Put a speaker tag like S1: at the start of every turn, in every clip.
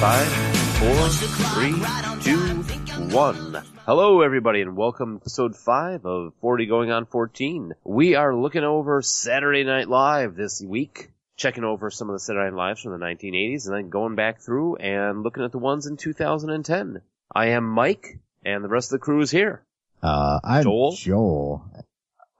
S1: Five, four, three, two, one. Hello, everybody, and welcome to episode five of 40 Going on 14. We are looking over Saturday Night Live this week, checking over some of the Saturday Night Lives from the 1980s, and then going back through and looking at the ones in 2010. I am Mike, and the rest of the crew is here.
S2: Uh, I'm
S1: Joel?
S2: Joel.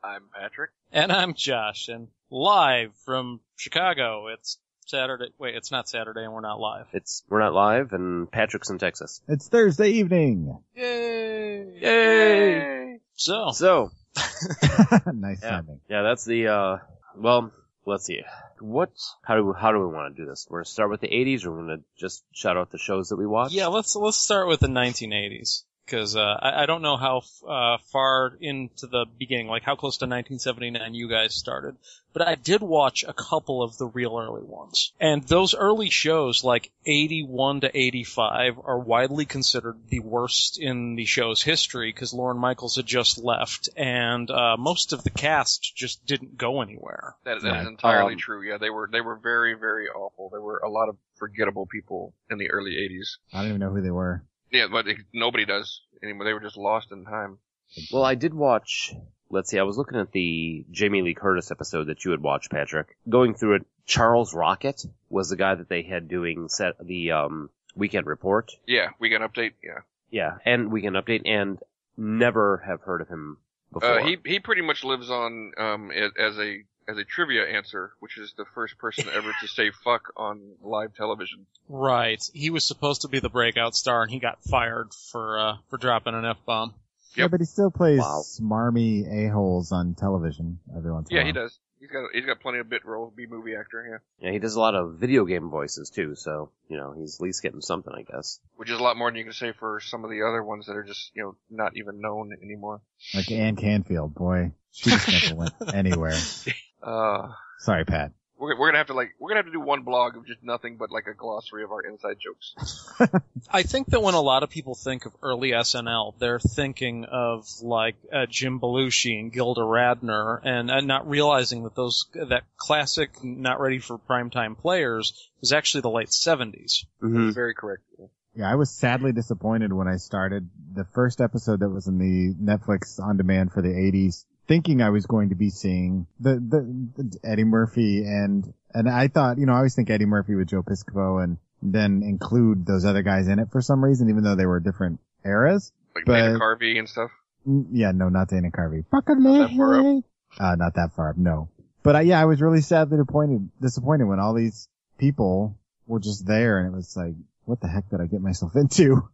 S3: I'm Patrick.
S4: And I'm Josh, and live from Chicago. It's Saturday. Wait, it's not Saturday, and we're not live.
S1: It's, we're not live, and Patrick's in Texas.
S2: It's Thursday evening.
S3: Yay!
S4: So,
S1: So,
S2: nice
S1: Yeah.
S2: timing.
S1: Yeah, that's the uh well, let's see. What how do how do we want to do this? We're gonna start with the eighties or we're gonna just shout out the shows that we watched?
S4: yeah, let's let's start with the 1980s because uh, I, I don't know how f- uh, far into the beginning, like how close to 1979 you guys started, but I did watch a couple of the real early ones, and those early shows, like 81 to 85, are widely considered the worst in the show's history because Lauren Michaels had just left, and uh, most of the cast just didn't go anywhere.
S3: That, that is
S2: Right.
S3: entirely
S1: Um,
S3: true. Yeah, they were they were very very awful. There were a lot of forgettable people in the early '80s.
S2: I don't even know who they were.
S3: Yeah, but it, nobody does anymore. They were just lost in time.
S1: Well I did watch let's see, I was looking at the Jamie Lee Curtis episode that you had watched, Patrick. Going through it, Charles Rocket was the guy that they had doing set the um weekend report.
S3: Yeah, we got an update. Yeah,
S1: Yeah, and weekend update and never have heard of him before.
S3: uh, he he pretty much lives on um as, as a as a trivia answer, which is the first person ever to say fuck on live television.
S4: Right. He was supposed to be the breakout star, and he got fired for uh, for dropping an f bomb.
S2: Yeah, but he still plays
S1: Wow.
S2: smarmy a-holes on television every once in a
S3: Yeah,
S2: while.
S3: he
S1: Uh-huh.
S3: does. He's got he's got plenty of bit role, B movie actor. Yeah,
S1: yeah, he does a lot of video game voices too, so you know, he's at least getting something I guess.
S3: which is a lot more than you can say for some of the other ones that are just you know not even known anymore.
S2: Like Anne Canfield, boy. She just never went anywhere.
S3: Uh,
S2: Sorry, Pat.
S3: We're, we're gonna have to like we're gonna have to do one blog of just nothing but like a glossary of our inside jokes.
S4: I think that when a lot of people think of early SNL, they're thinking of like uh, Jim Belushi and Gilda Radner, and uh, not realizing that those that classic "Not Ready for Primetime Players" was actually the late '70s.
S1: Mm-hmm.
S3: Very correct.
S2: Yeah, I was sadly disappointed when I started the first episode that was in the Netflix on demand for the 80s, thinking I was going to be seeing the, the, the Eddie Murphy and, and I thought, you know, I always think Eddie Murphy with Joe Piscopo and then include those other guys in it for some reason, even though they were different eras.
S3: Like
S2: But-
S3: Dana Carvey and stuff.
S2: Mm, Yeah, no, not Dana Carvey.
S3: Not that far up.
S2: Uh, not that far up, no. But I, yeah, I was really sadly disappointed, disappointed when all these people were just there and it was like, what the heck did I get myself into?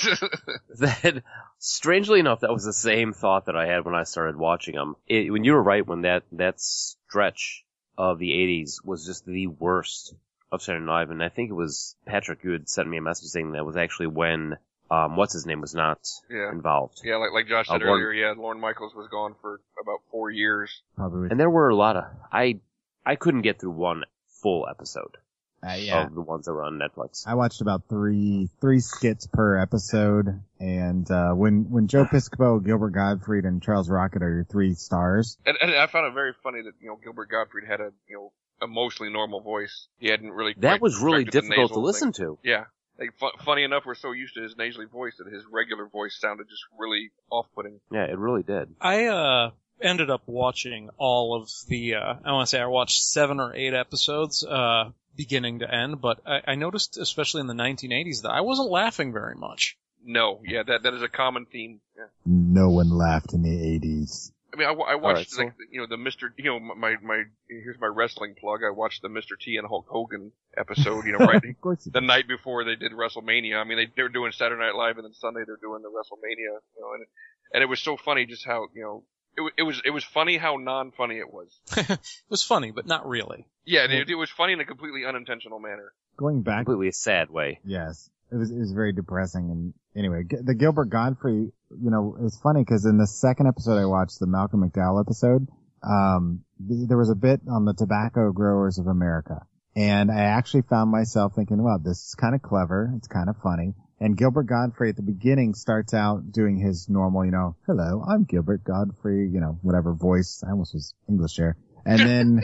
S1: that strangely enough that was the same thought that i had when i started watching them it, when you were right when that that stretch of the 80s was just the worst of saturday night live and i think it was patrick you had sent me a message saying that was actually when um what's his name was not
S3: yeah,
S1: involved
S3: yeah. Like like Josh said
S1: Uh, Lorne-
S3: earlier. Yeah, Lauren Michaels was gone for about four years.
S2: Probably.
S1: and there were a lot of i i couldn't get through one full episode
S2: Uh, yeah.
S1: of the ones that were on netflix
S2: I watched about three three skits per episode, and uh, when when Joe Piscopo, Gilbert Gottfried, and Charles Rocket are your three stars,
S3: And, and I found it very funny that you know Gilbert Gottfried had a you know emotionally normal voice. He hadn't really
S1: that
S3: quite
S1: was really
S3: corrected the
S1: difficult to
S3: nasal
S1: listen
S3: thing.
S1: to
S3: Yeah. Like, fu- funny enough, we're so used to his nasally voice that his regular voice sounded just really off-putting.
S1: yeah it really did
S4: I uh, ended up watching all of the. Uh, I want to say I watched seven or eight episodes, uh, beginning to end. But I, I noticed, especially in the 1980s, that I wasn't laughing very much.
S3: No, yeah, that that is a common theme. Yeah.
S2: no one laughed in the '80s.
S3: I mean, I, wa- I
S1: right,
S3: watched
S1: so-
S3: like you know the Mister. You know my my here's my wrestling plug. I watched the Mister T and Hulk Hogan episode. You know, right
S2: Of course, you
S3: the night before they did WrestleMania. I mean, they they were doing Saturday Night Live and then Sunday they're doing the WrestleMania. You know, and and it was so funny just how you know it wa- it was it was funny how non funny it was.
S4: It was funny, but not really.
S3: Yeah, it, it was funny in a completely unintentional manner.
S2: going back.
S1: completely a sad way
S2: Yes, it was it was very depressing. And anyway, G- the Gilbert Godfrey, you know, it was funny because in the second episode I watched, the Malcolm McDowell episode, um, the, there was a bit on the tobacco growers of America, and I actually found myself thinking, wow, this is kind of clever. It's kind of funny. And Gilbert Godfrey at the beginning starts out doing his normal, you know, hello, I'm Gilbert Godfrey, you know, whatever voice. I almost was English there. And then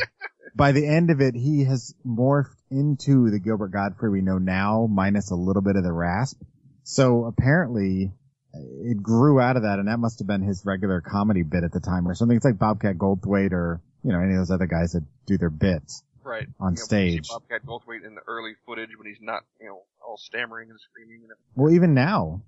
S2: by the end of it, he has morphed into the Gilbert Godfrey we know now, minus a little bit of the rasp. So apparently, uh, it grew out of that, and that must have been his regular comedy bit at the time or something. It's like Bobcat Goldthwait or you know any of those other guys that do their bits.
S3: Right.
S2: On
S3: you know, when you see
S2: stage.
S3: Bobcat Goldthwait in the early footage when he's not, you know, all stammering and screaming. And everything.
S2: Well, even now,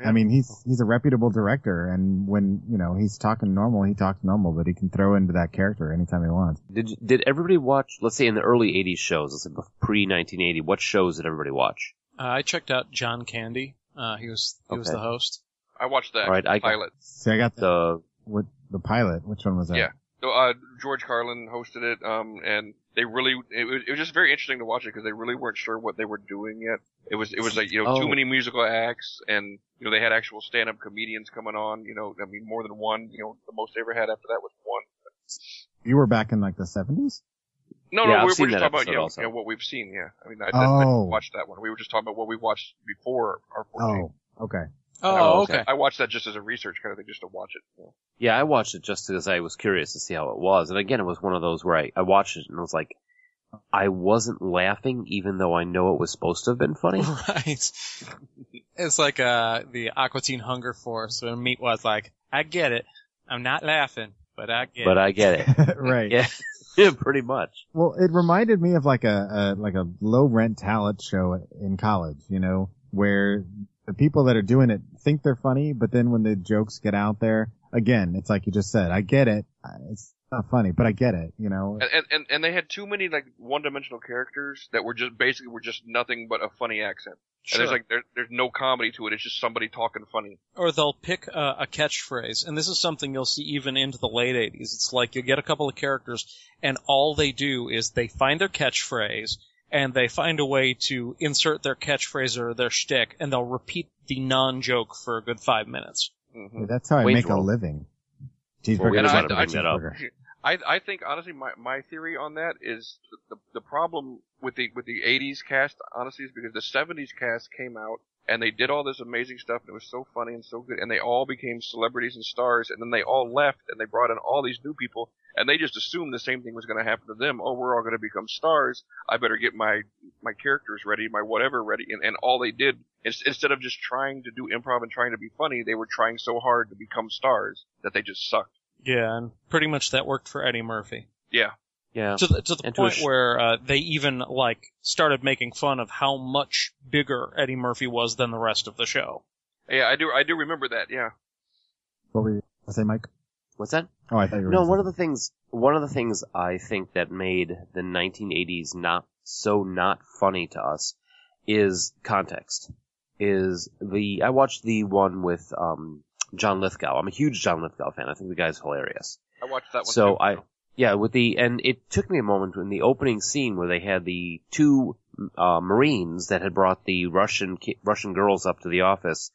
S3: Yeah.
S2: I mean, he's he's a reputable director, and when you know he's talking normal, he talks normal, but he can throw into that character anytime he wants.
S1: Did did everybody watch? Let's say in the early '80s shows, let's say pre 1980, what shows did everybody watch?
S4: Uh, I checked out John Candy. Uh, he was he was
S1: Okay.
S4: the host.
S3: I watched that
S1: All right, I got-
S3: pilot.
S2: See, I got the
S1: The
S2: what the pilot. Which one was that?
S3: Yeah. So, uh, George Carlin hosted it, um, and they really, it was, it was just very interesting to watch it because they really weren't sure what they were doing yet. It was, it was like, you know,
S1: Oh.
S3: too many musical acts and, you know, they had actual stand-up comedians coming on, you know, I mean, more than one, you know, the most they ever had after that was one.
S2: You were back in like the seventies.
S3: No,
S1: Yeah, I've
S3: no, we
S1: seen
S3: we're just
S1: that
S3: talking
S1: episode
S3: about, you know,
S1: also.
S3: you know, what we've seen, yeah. I mean, I, I, I
S2: Oh.
S3: watched that one. We were just talking about what we watched before our 14.
S2: Oh, okay.
S4: Oh, okay.
S3: I watched that just as a research kind of thing, just to watch it. You know.
S1: yeah, I watched it just because I was curious to see how it was, and again, it was one of those where I, I watched it and was like, I wasn't laughing, even though I know it was supposed to have been funny.
S4: right. It's like uh the Aqua Teen Hunger Force when Meat was like, I get it. I'm not laughing, but I get
S1: But
S4: it.
S1: I get it.
S2: right.
S1: Yeah. Yeah, pretty much.
S2: Well, it reminded me of like a, a like a low rent talent show in college, you know, where the people that are doing it think they're funny, but then when the jokes get out there, again, it's like you just said, I get it. Uh, It's not funny, but I get it, you know.
S3: And- And, and and they had too many like one-dimensional characters that were just basically were just nothing but a funny accent.
S4: Sure.
S3: And there's like there, there's no comedy to it. It's just somebody talking funny.
S4: or they'll pick uh, a catchphrase, and this is something you'll see even into the late '80s. It's like you'll get a couple of characters, and all they do is they find their catchphrase and they find a way to insert their catchphrase or their shtick, and they'll repeat the non-joke for a good five minutes.
S3: hmm
S2: Yeah, that's how I
S1: Wage
S2: make a
S1: roll.
S2: living.
S1: Well, we
S2: Cheeseburger.
S1: don't
S3: I-
S1: want to
S3: I-
S1: bring that up.
S2: cheeseburger.
S3: I I think honestly my my theory on that is the, the the problem with the with the 80s cast honestly is because the 70s cast came out and they did all this amazing stuff and it was so funny and so good and they all became celebrities and stars and then they all left and they brought in all these new people and they just assumed the same thing was going to happen to them. Oh, we're all going to become stars. I better get my my characters ready, my whatever ready, and, and all they did is, instead of just trying to do improv and trying to be funny, they were trying so hard to become stars that they just sucked.
S4: Yeah, and pretty much that worked for Eddie Murphy.
S3: Yeah,
S1: Yeah.
S4: to the, to the
S1: And to a
S4: point
S1: sh-
S4: where uh, they even like started making fun of how much bigger Eddie Murphy was than the rest of the show.
S3: yeah, I do I do remember that. Yeah,
S2: What were you gonna say, Mike?
S1: What's that?
S2: Oh, I thought you were.
S1: No,
S2: gonna
S1: one
S2: say-
S1: of the things, one of the things I think that made the 1980s not so not funny to us is context. Is the I watched the one with um, John Lithgow. I'm a huge John Lithgow fan. I think the guy's hilarious.
S3: I watched that one.
S1: So
S3: too.
S1: I, yeah, with the and it took me a moment in the opening scene where they had the two uh, Marines that had brought the Russian ki- Russian girls up to the office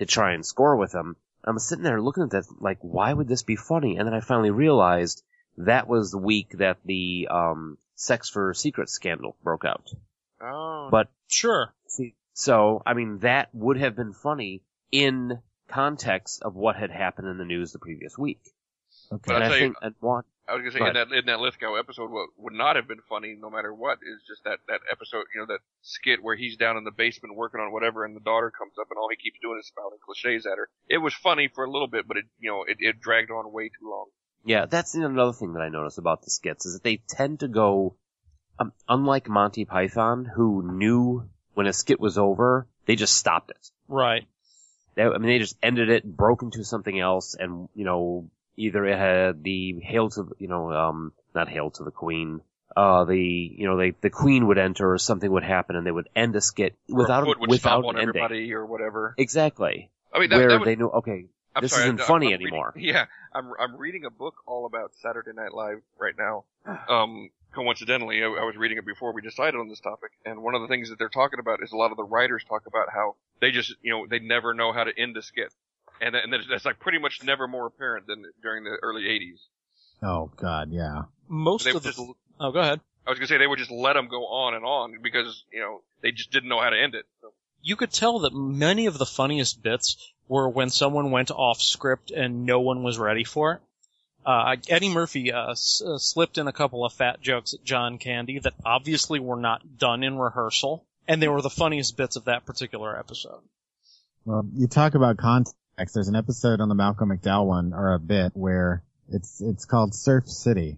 S1: to try and score with them. I'm sitting there looking at that like, why would this be funny? And then I finally realized that was the week that the um, sex for secrets scandal broke out.
S3: oh,
S1: but-
S4: Sure.
S1: See, so I mean that would have been funny in context of what had happened in the news the previous week.
S2: Okay.
S3: But
S1: and
S3: I'll
S1: I
S3: tell you-
S1: think and want
S3: I was gonna say
S1: Go
S3: in that in that Lithgow episode, what would not have been funny, no matter what, is just that that episode, you know, that skit where he's down in the basement working on whatever, and the daughter comes up, and all he keeps doing is spouting cliches at her. It was funny for a little bit, but it you know it, it dragged on way too long.
S1: Yeah, that's another thing that I notice about the skits is that they tend to go, um, unlike Monty Python, who knew when a skit was over, they just stopped it.
S4: Right.
S1: They, I mean, they just ended it, broke into something else, and you know, either it had the hail to, the- you know, um, not hail to the queen. Uh, the you know, they, the queen would enter, or something would happen, and they would end a skit
S3: Or
S1: without
S3: Hood would
S1: without
S3: stomp on
S1: an ending.
S3: everybody or whatever.
S1: Exactly,
S3: I mean, that,
S1: where
S3: that would,
S1: they knew, okay,
S3: I'm
S1: this
S3: sorry,
S1: isn't
S3: I'm-
S1: funny
S3: I'm
S1: anymore.
S3: Reading, yeah, I'm I'm reading a book all about Saturday Night Live right now. Um, coincidentally, I, I was reading it before we decided on this topic, and one of the things that they're talking about is a lot of the writers talk about how they just you know they never know how to end a skit, and that- and that's, that's like pretty much never more apparent than during the early '80s.
S2: Oh God, yeah.
S4: Most
S3: They
S4: of the
S3: just
S4: oh, go ahead.
S3: I was gonna say they would just let them go on and on because you know they just didn't know how to end it. So,
S4: You could tell that many of the funniest bits were when someone went off script and no one was ready for it. Uh, Eddie Murphy uh, s- uh, slipped in a couple of fat jokes at John Candy that obviously were not done in rehearsal, and they were the funniest bits of that particular episode.
S2: Well, you talk about context. There's an episode on the Malcolm McDowell one or a bit where it's, it's called Surf City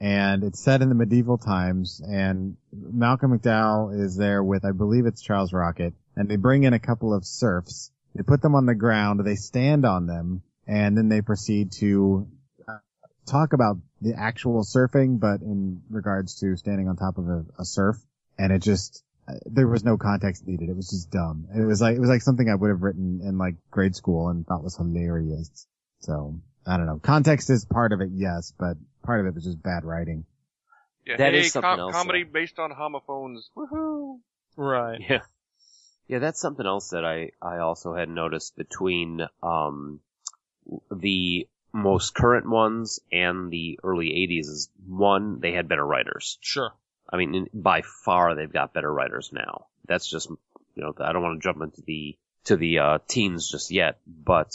S2: and it's set in the medieval times and Malcolm McDowell is there with, I believe it's Charles Rocket and they bring in a couple of serfs. They put them on the ground. They stand on them and then they proceed to uh, talk about the actual surfing, but in regards to standing on top of a, a surf. And it just, uh, there was no context needed. It was just dumb. It was like it was like something I would have written in like grade school and thought was hilarious. So I don't know. Context is part of it, yes, but part of it was just bad writing.
S3: Yeah,
S1: That
S3: hey,
S1: is something
S3: com-
S1: else,
S3: comedy
S1: though.
S3: based on homophones. Woohoo!
S4: Right.
S1: Yeah. Yeah, that's something else that I, I also had noticed between, um, the most current ones and the early 80s is one, they had better writers.
S4: Sure.
S1: I mean, in- by far they've got better writers now. That's just, you know, I don't want to jump into the, to the, uh, teens just yet, but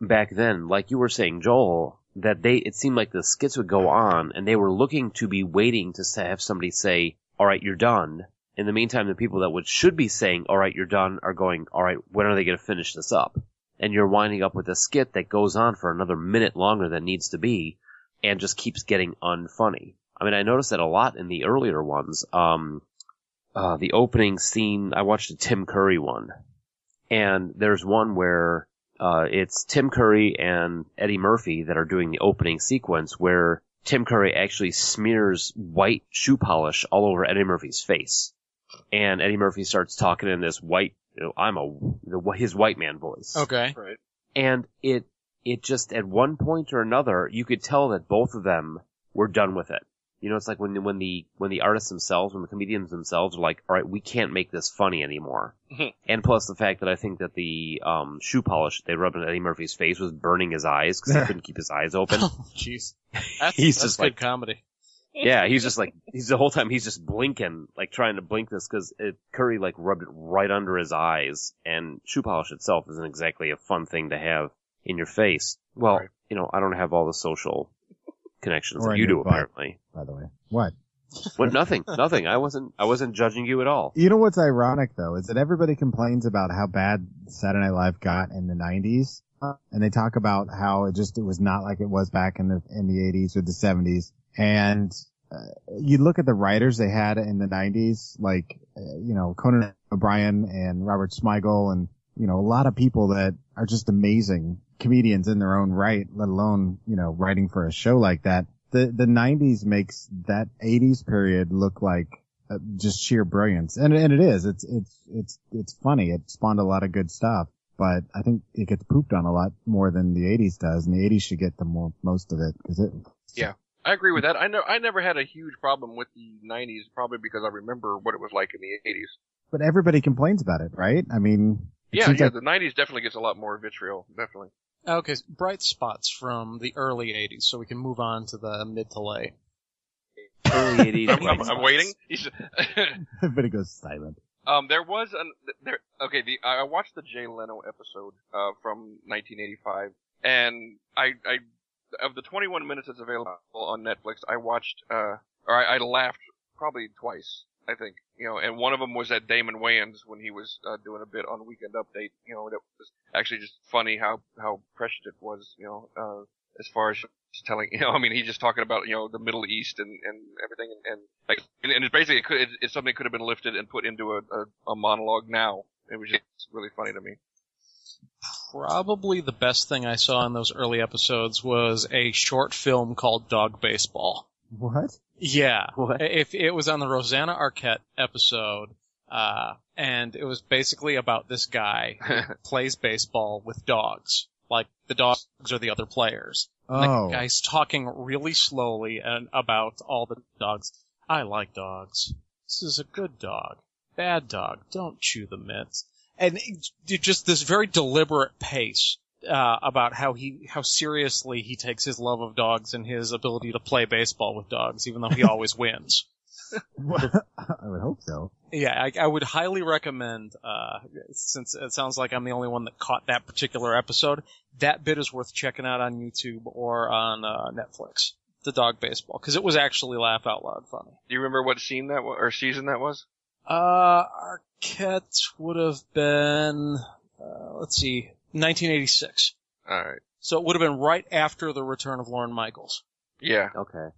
S1: back then, like you were saying, Joel, that they, it seemed like the skits would go on and they were looking to be waiting to sa have somebody say, all right, you're done. In the meantime, the people that would, should be saying, all right, you're done are going, all right, when are they going to finish this up? And you're winding up with a skit that goes on for another minute longer than needs to be and just keeps getting unfunny. I mean, I noticed that a lot in the earlier ones. Um, uh, the opening scene, I watched a Tim Curry one, and there's one where uh, it's Tim Curry and Eddie Murphy that are doing the opening sequence where Tim Curry actually smears white shoe polish all over Eddie Murphy's face, and Eddie Murphy starts talking in this white, you know, I'm a the, his white man voice
S4: Okay.
S3: Right.
S1: and it it just at one point or another you could tell that both of them were done with it. You know, it's like when when the when the artists themselves, when the comedians themselves are like, all right, we can't make this funny anymore. and plus the fact that I think that the um, shoe polish they rubbed on Eddie Murphy's face was burning his eyes because he couldn't keep his eyes
S4: Oh,
S1: open.
S4: Jeez. That's,
S1: He's
S4: that's
S1: just
S4: good
S1: like-
S4: comedy.
S1: yeah, he's just like he's the whole time he's just blinking, like trying to blink this because Curry like rubbed it right under his eyes, and shoe polish itself isn't exactly a fun thing to have in your face. Well,
S3: Right.
S1: you know, I don't have all the social connections
S2: Or
S1: that
S2: in
S1: you do
S2: your butt.
S1: apparently.
S2: By the way, what?
S1: But nothing, nothing. I wasn't, I wasn't judging you at all.
S2: You know what's ironic though is that everybody complains about how bad Saturday Night Live got in the '90s, and they talk about how it just it was not like it was back in the in the '80s or the '70s. And uh, you look at the writers they had in the '90s, like uh, you know Conan O'Brien and Robert Smigel, and you know a lot of people that are just amazing comedians in their own right, let alone you know writing for a show like that. The the '90s makes that '80s period look like uh, just sheer brilliance. And and it is. It's it's it's it's funny. It spawned a lot of good stuff, but I think it gets pooped on a lot more than the 80s does, and the 80s should get the more most of it because it.
S3: I agree with that. I know I never had a huge problem with the '90s, probably because I remember what it was like in the '80s.
S2: But everybody complains about it, right? I mean, it
S3: Yeah,
S2: seems
S3: yeah,
S2: like-
S3: the '90s definitely gets a lot more vitriol. Definitely.
S4: Okay, bright spots from the early 80s, so we can move on to the mid to late.
S1: Early 80s
S3: I'm, I'm-
S1: white
S3: I'm
S1: spots.
S3: waiting.
S2: everybody goes silent.
S3: um, there was an there. Okay, the I I watched the Jay Leno episode uh, from 1985, and I, I of the 21 minutes that's available on Netflix, I watched uh, or I, I laughed probably twice. I think you know, and one of them was at Damon Wayans when he was uh, doing a bit on Weekend Update. You know, that was actually just funny how how prescient it was. You know, uh, as far as just telling you know i mean he's just talking about you know the middle east and and everything and, and like and, and it's basically it could it's, it's something that could have been lifted and put into a, a a monologue now it was just really funny to me
S4: Probably the best thing I saw in those early episodes was a short film called Dog Baseball.
S2: What?
S4: Yeah.
S1: What?
S4: If it was on the Rosanna Arquette episode, uh, and it was basically about this guy who plays baseball with dogs. Like the dogs are the other players. And
S2: Oh,
S4: The guy's talking really slowly and about all the dogs. I like dogs. This is a good dog. Bad dog. Don't chew the mitts. And it- it just this very deliberate pace uh, about how he how seriously he takes his love of dogs and his ability to play baseball with dogs, even though he always wins.
S2: I would hope so.
S4: Yeah, I, I would highly recommend. Uh, since it sounds like I'm the only one that caught that particular episode, that bit is worth checking out on YouTube or on uh, Netflix. The dog baseball because it was actually laugh out loud funny.
S3: Do you remember what scene that was, or season that was?
S4: Uh, Arquette would have been, uh, let's see, 1986.
S3: All right.
S4: So it would have been right after the return of Lauren Michaels.
S3: Yeah.
S1: Okay.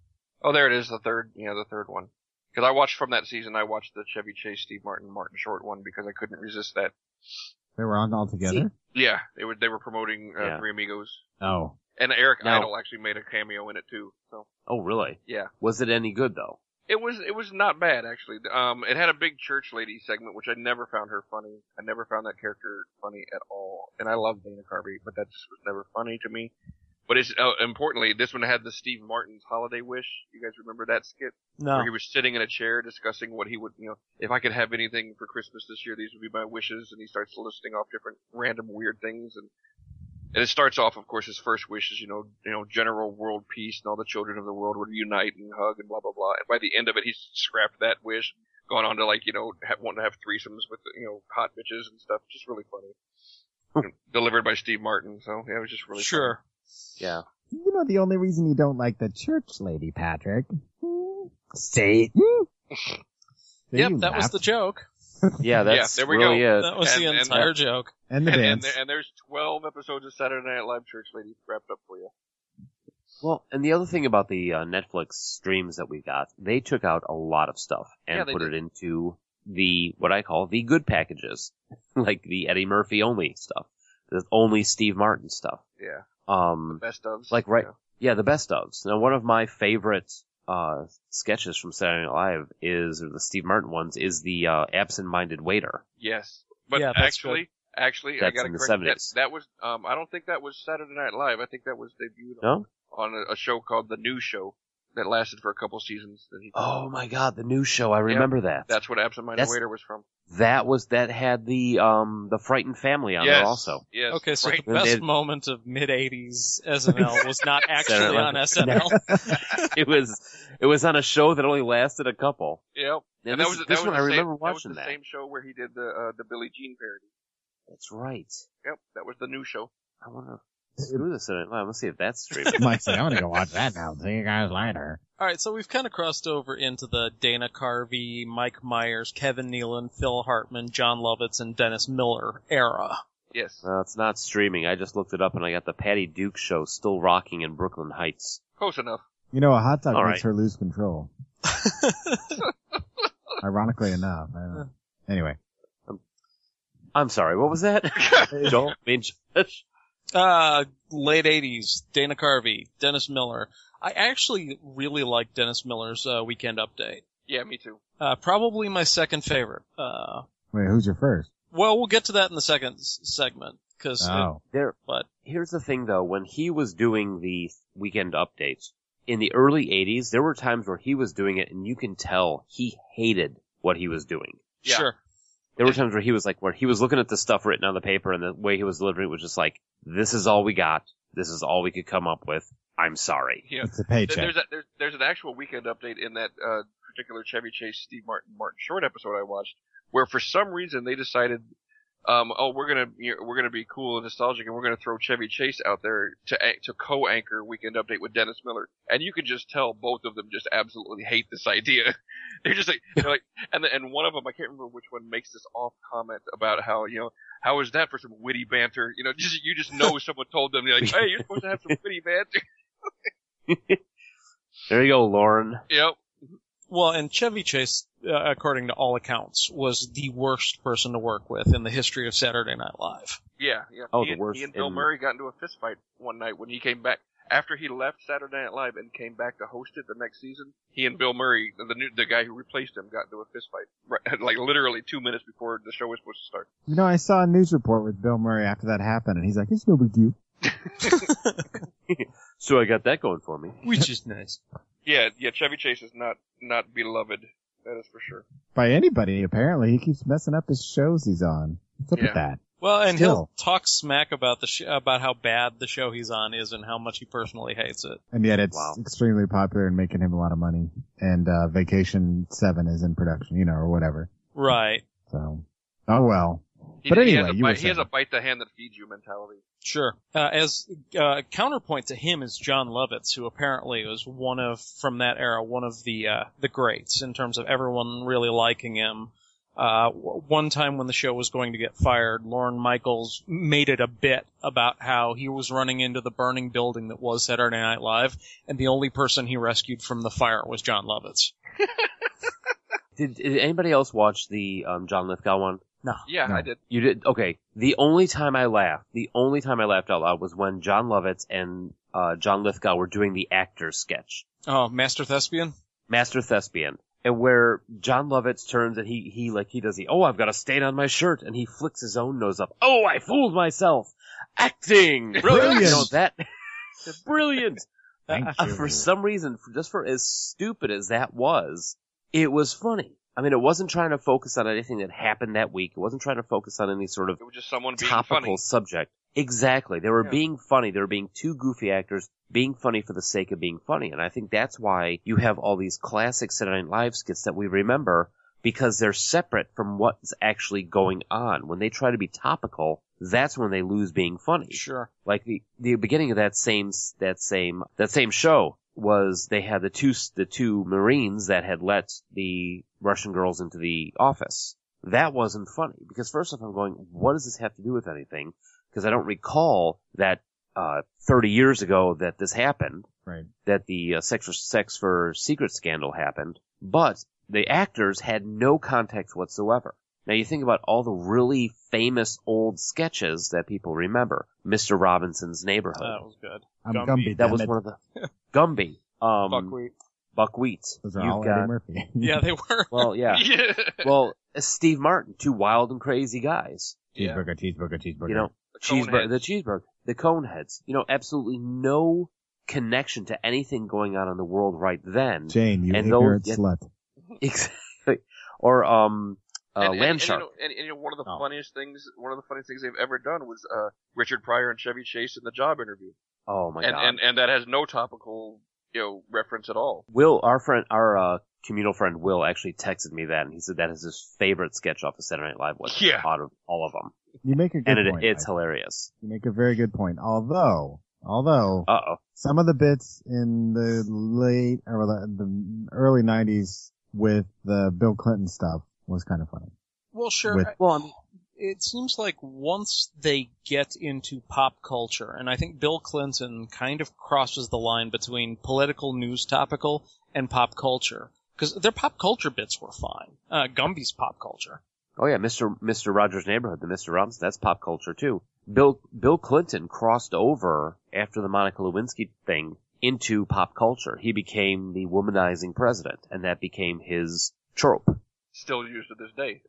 S3: Oh, there it is. The third, you know, the third one. Because I watched from that season. I watched the Chevy Chase, Steve Martin, Martin Short one because I couldn't resist that.
S2: They were on all together.
S3: Yeah, they were they were promoting uh,
S1: Yeah.
S3: Three Amigos,
S2: Oh,
S3: and Eric
S1: Now-
S3: Idle actually made a cameo in it too. So
S1: Oh, really?
S3: yeah,
S1: Was it any good though?
S3: it was it was not bad actually. Um, it had a big church lady segment, which I never found her funny. I never found that character funny at all, and I love Dana Carvey, but that just was never funny to me. But it's uh, importantly, this one had the Steve Martin's holiday wish. You guys remember that skit?
S4: No.
S3: where he was sitting in a chair discussing what he would, you know, if I could have anything for Christmas this year, these would be my wishes. And he starts listing off different random weird things. And, and it starts off, of course, his first wish is, you know, you know, general world peace and all the children of the world would unite and hug and blah, blah, blah. And by the end of it, he's scrapped that wish, gone on to like, you know, ha wanting to have threesomes with, you know, hot bitches and stuff. Just really funny. Delivered by Steve Martin. So yeah, it was just really
S4: sure.
S1: Yeah.
S2: you know the only reason you don't like the church lady, Patrick. Hmm? Satan. See,
S4: Yep,
S2: you
S4: that was
S2: laughed.
S4: the joke.
S1: Yeah, that's
S3: there we
S1: really
S3: go.
S1: it.
S4: That was the
S3: And- and-
S4: entire joke.
S2: and the
S3: funny. And, and,
S2: dance.
S3: there- and there's 12 episodes of Saturday Night Live Church Lady wrapped up for you.
S1: Well, and the other thing about the uh, Netflix streams that we got, they took out a lot of stuff and
S3: Yeah, they
S1: put
S3: did.
S1: it into the what I call the good packages, like the Eddie Murphy only stuff, the only Steve Martin stuff.
S3: Yeah.
S1: Um,
S3: Best of.
S1: Like, right- yeah, the best ofs. Now, one of my favorite uh, sketches from Saturday Night Live is or the Steve Martin ones is the uh, absent-minded waiter.
S3: Yes, but
S4: Yeah, that's
S3: actually, actually, I
S1: That's
S3: got to
S1: in the
S3: correct that.
S1: 70s.
S3: That was, um, I don't think that was Saturday Night Live. I think that was debuted
S1: No?
S3: on, on a, a show called The New Show that lasted for a couple seasons. That he,
S1: Oh my God, the new show! I remember that.
S3: that's what Absent Minded
S1: That's-
S3: Waiter was from.
S1: that was that had the um the frightened family on
S3: yes,
S1: it also.
S3: yes.
S4: Okay, so
S3: right.
S4: the best
S1: They-
S4: moment of mid '80s SNL was not actually
S1: Saturday
S4: on
S1: Night
S4: SNL.
S1: It was it was on a show that only lasted a couple.
S3: Yep.
S1: Now,
S3: and
S1: this,
S3: that was
S1: this
S3: that was
S1: one I
S3: the same-
S1: remember
S3: that was
S1: watching
S3: the
S1: that.
S3: same show where he did the uh, the Billie Jean parody.
S1: That's right.
S3: Yep, that was the new show.
S1: I wonder. Screw this. in it. Well, Let's see if that's streaming.
S2: Mike's like, I'm gonna go watch that now. See you guys later.
S4: All right, so we've kind of crossed over into the Dana Carvey, Mike Myers, Kevin Nealon, Phil Hartman, John Lovitz, and Dennis Miller era.
S3: Yes.
S1: uh, it's not streaming. I just looked it up and I got the Patty Duke show still rocking in Brooklyn Heights.
S3: Close enough.
S2: You know, a hot dog
S1: All
S2: makes her lose control. Ironically enough. I don't know. Anyway,
S1: I'm sorry. What was that? Don't mean judge.
S4: Uh, late '80s, Dana Carvey, Dennis Miller. I actually really like Dennis Miller's uh, Weekend Update.
S3: Yeah, me too.
S4: Uh, probably my second favorite. Uh,
S2: wait, who's your first?
S4: well, we'll get to that in the second s- segment because
S2: Oh,
S1: There.
S4: What?
S1: Here's the thing though. When he was doing the weekend updates in the early '80s, there were times where he was doing it, and you can tell he hated what he was doing.
S3: Yeah.
S4: sure,
S1: There were times where he was like, where he was looking at the stuff written on the paper and the way he was delivering it was just like, this is all we got. This is all we could come up with. I'm sorry.
S3: Yeah.
S2: it's a
S3: There-
S2: paycheck.
S3: There's, a, there's there's an actual weekend update in that uh, particular Chevy Chase Steve Martin Martin Short episode I watched, where for some reason they decided, um, oh we're gonna you know, we're gonna be cool and nostalgic and we're gonna throw Chevy Chase out there to an- to co-anchor Weekend Update with Dennis Miller, and you can just tell both of them just absolutely hate this idea. They're just like, they're like and and one of them I can't remember which one makes this off comment about how you know. How is that for some witty banter? You know, just you just know someone told them they're like, "Hey, you're supposed to have some witty banter."
S1: There you go, Lauren.
S3: Yep.
S4: Well, and Chevy Chase, uh, according to all accounts, was the worst person to work with in the history of Saturday Night Live.
S3: Yeah, yeah.
S1: Oh,
S3: he,
S1: the
S3: and-
S1: worst
S3: He and Bill
S1: in-
S3: Murray got into a fist fight one night when he came back after he left Saturday Night Live and came back to host it the next season. He and Bill Murray, the new, the guy who replaced him, got into a fist fight right, like literally two minutes before the show was supposed to start.
S2: You know, I saw a news report with Bill Murray after that happened, and he's like, it's no big deal.
S1: So I got that going for me.
S4: Which is nice.
S3: Yeah, yeah. Chevy Chase is not not beloved. That is for sure.
S2: By anybody, apparently. He keeps messing up his shows he's on. What's up
S3: Yeah.
S2: with that?
S4: Well, and
S2: Still.
S4: he'll talk smack about the sh- about how bad the show he's on is and how much he personally hates it.
S2: and yet it's
S1: Wow.
S2: extremely popular and making him a lot of money. And uh, Vacation Seven is in production, you know, or whatever.
S4: Right.
S2: So, oh well.
S3: He,
S2: But
S3: he
S2: anyway,
S3: has, a
S2: you were
S3: bite, he has
S2: saying.
S3: a bite the hand that feeds you mentality.
S4: Sure. Uh, as uh, counterpoint to him is John Lovitz, who apparently was one of from that era, one of the uh, the greats in terms of everyone really liking him. Uh, w- one time when the show was going to get fired, Lauren Michaels made it a bit about how he was running into the burning building that was Saturday Night Live, and the only person he rescued from the fire was John Lovitz.
S1: Did, did anybody else watch the um, John Lithgow one?
S3: Yeah,
S2: No.
S3: I did.
S1: You did okay. The only time I laughed, the only time I laughed out loud was when John Lovitz and uh, John Lithgow were doing the actor sketch,
S4: Oh, Master Thespian?
S1: Master Thespian, and where John Lovitz turns and he he like he does the oh I've got a stain on my shirt and he flicks his own nose up. Oh, I fooled myself. Acting, brilliant. You know
S2: Brilliant.
S1: that. brilliant.
S2: Thank
S1: Uh,
S2: you.
S1: for some reason, for, just for as stupid as that was, it was funny. I mean, it wasn't trying to focus on anything that happened that week. It wasn't trying to focus on any sort of
S3: It was just someone being
S1: topical
S3: funny.
S1: subject. Exactly. They were
S3: Yeah.
S1: being funny. They were being two goofy actors being funny for the sake of being funny. And I think that's why you have all these classic Saturday Night Live skits that we remember because they're separate from what's actually going on. When they try to be topical, that's when they lose being funny
S4: Sure.
S1: like the the beginning of that same that same that same show was they had the two the two marines that had let the Russian girls into the office. That wasn't funny because first off, I'm going, what does this have to do with anything? Because I don't recall that uh, 30 years ago that this happened,
S2: Right.
S1: that the uh, sex for sex for secret scandal happened, but the actors had no context whatsoever. Now you think about all the really famous old sketches that people remember. Mr. Robinson's Neighborhood.
S4: That was good.
S2: I'm
S4: Gumby.
S2: Gumby.
S1: that
S2: damn
S1: was
S2: it.
S1: one of the Gumby. Um,
S4: Buckwheat.
S1: Buckwheat.
S2: Those are
S1: You've
S2: all Eddie
S1: got-
S2: Murphy.
S4: Yeah, they were.
S1: well, yeah. Well, Steve Martin, two wild and crazy guys.
S3: Yeah.
S2: cheeseburger, cheeseburger, cheeseburger.
S1: You know,
S3: The cone
S1: cheeseburger,
S3: head.
S1: the cheeseburger, the coneheads. You know, absolutely no connection to anything going on in the world right then.
S2: Jane, you
S1: And those-
S2: ignorant
S1: yeah.
S2: slut.
S1: Exactly. Or um, uh,
S3: and, and-
S1: Land
S3: and,
S1: Shark.
S3: You know, and, and you know, one of the
S2: Oh.
S3: funniest things, one of the funniest things they've ever done was uh, Richard Pryor and Chevy Chase in the job interview,
S1: oh my
S3: and,
S1: god.
S3: and and that has no topical you know reference at all.
S1: Will, our friend, our uh, communal friend Will, actually texted me that, and he said that is his favorite sketch off of Saturday Night Live. Was
S3: Yeah.
S1: out of all of them,
S2: You make a
S1: and
S2: good
S1: it,
S2: point.
S1: it's
S2: Mike.
S1: hilarious.
S2: You make a very good point. Although, although
S1: Uh oh.
S2: some of the bits in the late or the, the early '90s with the Bill Clinton stuff was kind of funny.
S4: Well, sure.
S2: with-
S1: Well, I mean,
S4: it seems like once they get into pop culture, and I think Bill Clinton kind of crosses the line between political news topical and pop culture. Because their pop culture bits were fine. Uh, Gumby's pop culture.
S1: oh yeah, Mr. Mr. Rogers' Neighborhood, the Mr. Robinson, that's pop culture too. Bill Bill Clinton crossed over after the Monica Lewinsky thing into pop culture. He became the womanizing president, and that became his trope.
S3: Still used to this day.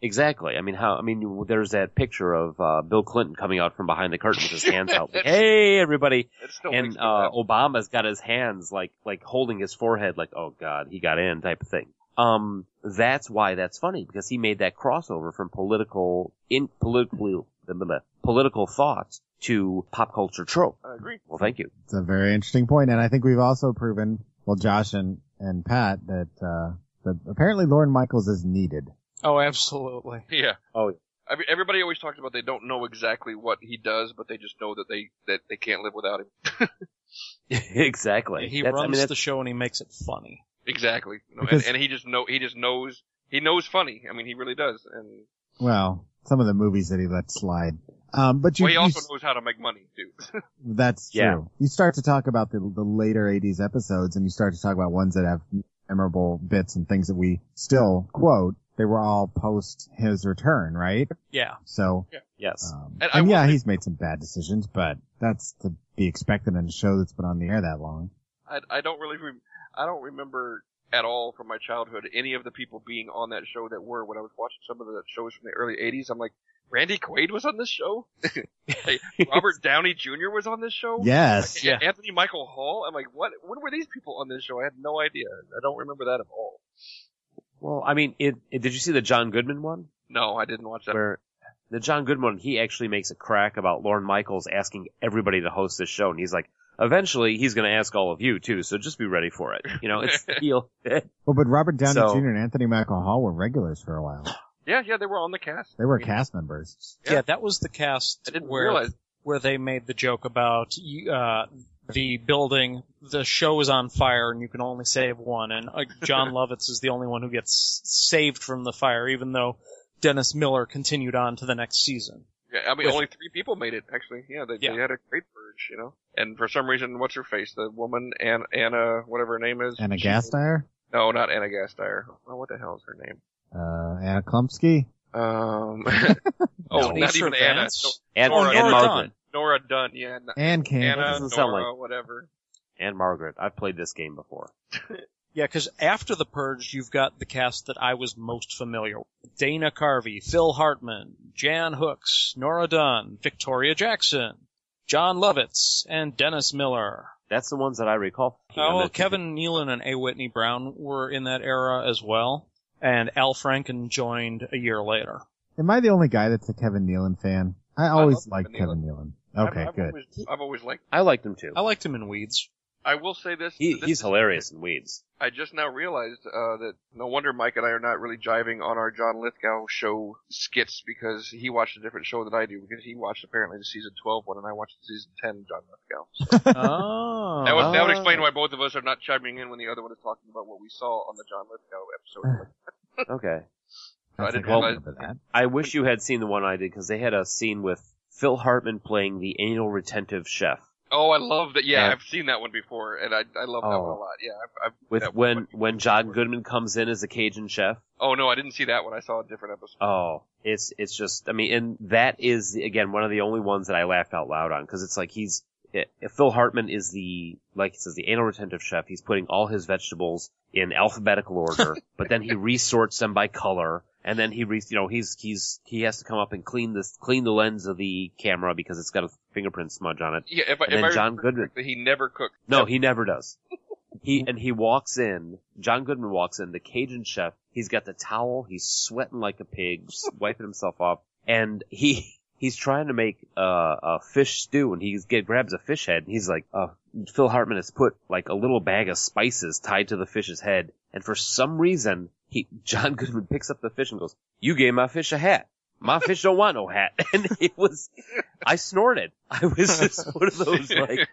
S1: Exactly. I mean, how? I mean, you- there's that picture of uh, Bill Clinton coming out from behind the curtain with his hands out, like, "Hey, everybody!"
S3: It still
S1: and
S3: makes me
S1: uh,
S3: laugh.
S1: Obama's got his hands like like holding his forehead, like, "Oh God, he got in," type of thing. Um, that's why that's funny because he made that crossover from political in politically blah, blah, blah, political thought to pop culture trope.
S3: I agree.
S1: uh, Well, thank you.
S2: It's a very interesting point, and I think we've also proven, well, Josh and and Pat, that uh, that apparently Lauren Michaels is needed.
S4: Oh, absolutely.
S3: Yeah.
S1: Oh, yeah.
S3: Every- Everybody always talks about they don't know exactly what he does, but they just know that they that they can't live without him.
S1: exactly.
S4: He
S1: That's-
S4: runs
S1: I mean,
S4: the
S1: that's-
S4: show and he makes it funny.
S3: Exactly. You know,
S2: Because-
S3: and, and he just know he just knows he knows funny. I mean, he really does. And
S2: Well, some of the movies that he let slide. Um, but you,
S3: well, he
S2: you
S3: also
S2: s-
S3: knows how to make money too.
S2: That's true.
S1: Yeah.
S2: You start to talk about the, the later 80s episodes and you start to talk about ones that have memorable bits and things that we still quote. They were all post his return, right?
S4: Yeah.
S2: So,
S4: uh,
S1: yes.
S2: um,
S3: And
S2: and,
S3: I will
S2: yeah,
S3: say-
S2: he's made some bad decisions, but that's to be expected in a show that's been on the air that long.
S3: I I don't really rem- I don't remember at all from my childhood any of the people being on that show that were when I was watching some of the shows from the early '80s. I'm like, Randy Quaid was on this show. Hey, Robert Downey Jr. was on this show.
S2: Yes.
S4: Yeah.
S3: Anthony Michael Hall. I'm like, what? When were these people on this show? I had no idea. I don't remember that at all.
S1: Well, I mean, it, it, did you see the John Goodman one?
S3: No, I didn't watch that.
S1: where the John Goodman, he actually makes a crack about Lorne Michaels asking everybody to host this show, and he's like, eventually he's going to ask all of you too, so just be ready for it. You know, it's he'll
S2: Well, but Robert Downey
S1: So-
S2: Jr. and Anthony Michael Hall were regulars for a while.
S3: Yeah, yeah, they were on the cast.
S2: They were
S3: I mean,
S2: cast members.
S4: Yeah, that was the cast
S3: I didn't
S4: where
S3: realize.
S4: where they made the joke about uh, the building, the show is on fire, and you can only save one. And uh, John Lovitz is the only one who gets saved from the fire, even though Dennis Miller continued on to the next season.
S3: Yeah, I mean,
S4: with-
S3: only three people made it actually. Yeah they,
S4: Yeah.
S3: they had a great purge, you know. And for some reason, what's her face? The woman Anna, Anna whatever her name is.
S2: Anna
S3: she-
S2: Gasteyer,
S3: No, not Anna Gasteyer. Oh, what the hell is her name?
S2: uh, Anna Klumsky.
S3: Um. oh,
S4: Tanisha
S3: not even Anna.
S4: Vance?
S3: No,
S1: and,
S3: Nora-
S1: and
S3: Nora
S1: Margaret
S3: Nora Dunn. Yeah. n-
S2: And Cam.
S3: Anna,
S1: doesn't sound
S3: Nora, whatever.
S1: and Margaret. I've played this game before.
S4: Yeah, because after the purge, you've got the cast that I was most familiar with: Dana Carvey, Phil Hartman, Jan Hooks, Nora Dunn, Victoria Jackson, John Lovitz, and Dennis Miller.
S1: That's the ones that I recall.
S4: Oh,
S1: And
S4: well,
S1: the-
S4: Kevin Nealon and A. Whitney Brown were in that era as well, and Al Franken joined a year later.
S2: Am I the only guy that's a Kevin Nealon fan? I always
S3: love
S2: liked Kevin
S3: Kevin
S2: Nealon. Okay,
S3: I've, I've
S2: good.
S3: Always, I've always liked.
S1: I liked him too.
S4: I liked him in Weeds.
S3: I will say this.
S1: He,
S3: this
S1: he's
S3: is-
S1: hilarious in Weeds.
S3: I just now realized uh, that no wonder Mike and I are not really jiving on our John Lithgow show skits because he watched a different show than I do because he watched apparently the season 12 one and I watched the season 10 John Lithgow. So
S4: oh.
S3: that, would, that would
S1: Ah.
S3: explain why both of us are not chiming in when the other one is talking about what we saw on the John Lithgow episode.
S1: Okay.
S3: I
S2: That's
S3: didn't
S2: a good
S3: realize-
S2: one for that.
S1: I wish you had seen the one I did because they had a scene with Phil Hartman playing the anal retentive chef
S3: oh, I love that. Yeah,
S1: Yeah.
S3: I've seen that one before and I, I love that
S1: Oh.
S3: one a lot. Yeah. I've, I've,
S1: with
S3: that
S1: when
S3: one-
S1: when John Goodman comes in as a Cajun chef.
S3: Oh, no, I didn't see that one. I saw a different episode.
S1: Oh, it's it's just I mean, and that is again one of the only ones that I laughed out loud on because it's like he's it, Phil Hartman is the like he says the anal retentive chef. He's putting all his vegetables in alphabetical order, but then he resorts them by color, and then he re, you know he's he's he has to come up and clean this clean the lens of the camera because it's got a fingerprint smudge on it.
S3: Yeah, if I,
S1: And
S3: if I
S1: then John
S3: remember
S1: Goodman
S3: correctly, he never cooked.
S1: no, he never does. He and he walks in. John Goodman walks in. The Cajun chef. He's got the towel. He's sweating like a pig, s- wiping himself off, and he he's trying to make uh, a fish stew, and he get, grabs a fish head, and he's like, uh, Phil Hartman has put like a little bag of spices tied to the fish's head, and for some reason, he John Goodman picks up the fish and goes, "You gave my fish a hat." My fish don't want no hat. And it was, I snorted. I was just one of those like,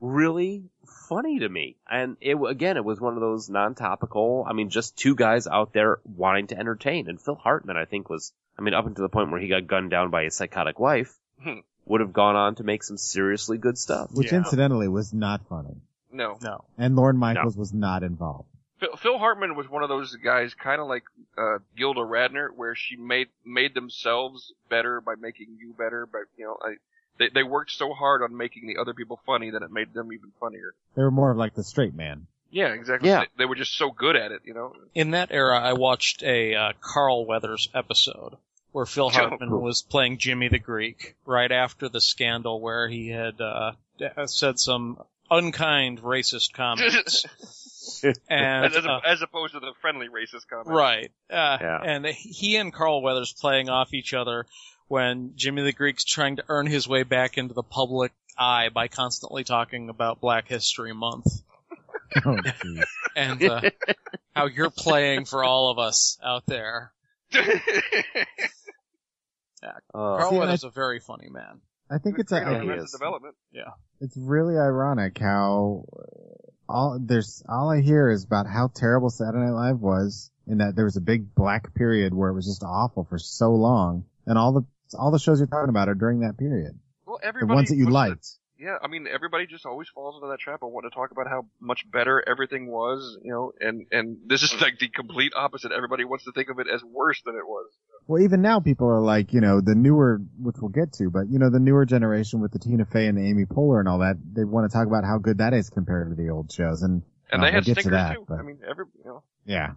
S1: really funny to me. And it again, it was one of those non-topical. I mean, just two guys out there wanting to entertain. And Phil Hartman, I think, was I mean, up until the point where he got gunned down by his psychotic wife,
S3: Hmm.
S1: would have gone on to make some seriously good stuff.
S2: Which
S4: Yeah.
S2: incidentally was not funny.
S3: no.
S4: No.
S2: And Lorne Michaels was not involved.
S3: Phil, Phil Hartman was one of those guys, kind of like uh, Gilda Radner, where she made made themselves better by making you better. But you know, I, they they worked so hard on making the other people funny that it made them even funnier.
S2: They were more of like the straight man.
S3: Yeah, exactly.
S1: Yeah.
S3: They, they were just so good at it, you know.
S4: In that era, I watched a uh, Carl Weathers episode where Phil
S3: Oh,
S4: Hartman
S1: cool.
S4: was playing Jimmy the Greek right after the scandal where he had uh, said some unkind racist comments. and
S3: as, as,
S4: uh,
S3: as opposed to the friendly racist comment.
S4: Right. Uh,
S1: Yeah.
S4: And he and Carl Weathers playing off each other when Jimmy the Greek's trying to earn his way back into the public eye by constantly talking about Black History Month
S2: Oh, jeez.
S4: and uh, how you're playing for all of us out there.
S1: Uh,
S4: Carl
S2: See, and
S4: Weathers is a very funny man.
S2: I think it's
S3: Great on
S1: Yeah, he
S2: a,
S3: Arrested
S1: is.
S3: development.
S2: it's really ironic how uh, all there's all I hear is about how terrible Saturday Night Live was, and that there was a big black period where it was just awful for so long, and all the all the shows you're talking about are during that period,
S3: Well,
S2: the
S3: everybody
S2: ones that you
S3: was-
S2: liked.
S3: Yeah, I mean, everybody just always falls into that trap of wanting to talk about how much better everything was, you know, and and this is like the complete opposite. Everybody wants to think of it as worse than it was.
S2: Well, even now people are like, you know, the newer, which we'll get to, but you know, the newer generation with the Tina Fey and the Amy Poehler and all that, they want to talk about how good that is compared to the old shows. And
S3: And
S2: Uh, we'll
S3: they had
S2: get to
S3: stickers
S2: that,
S3: too.
S2: but-
S3: I mean, every you know,
S2: yeah,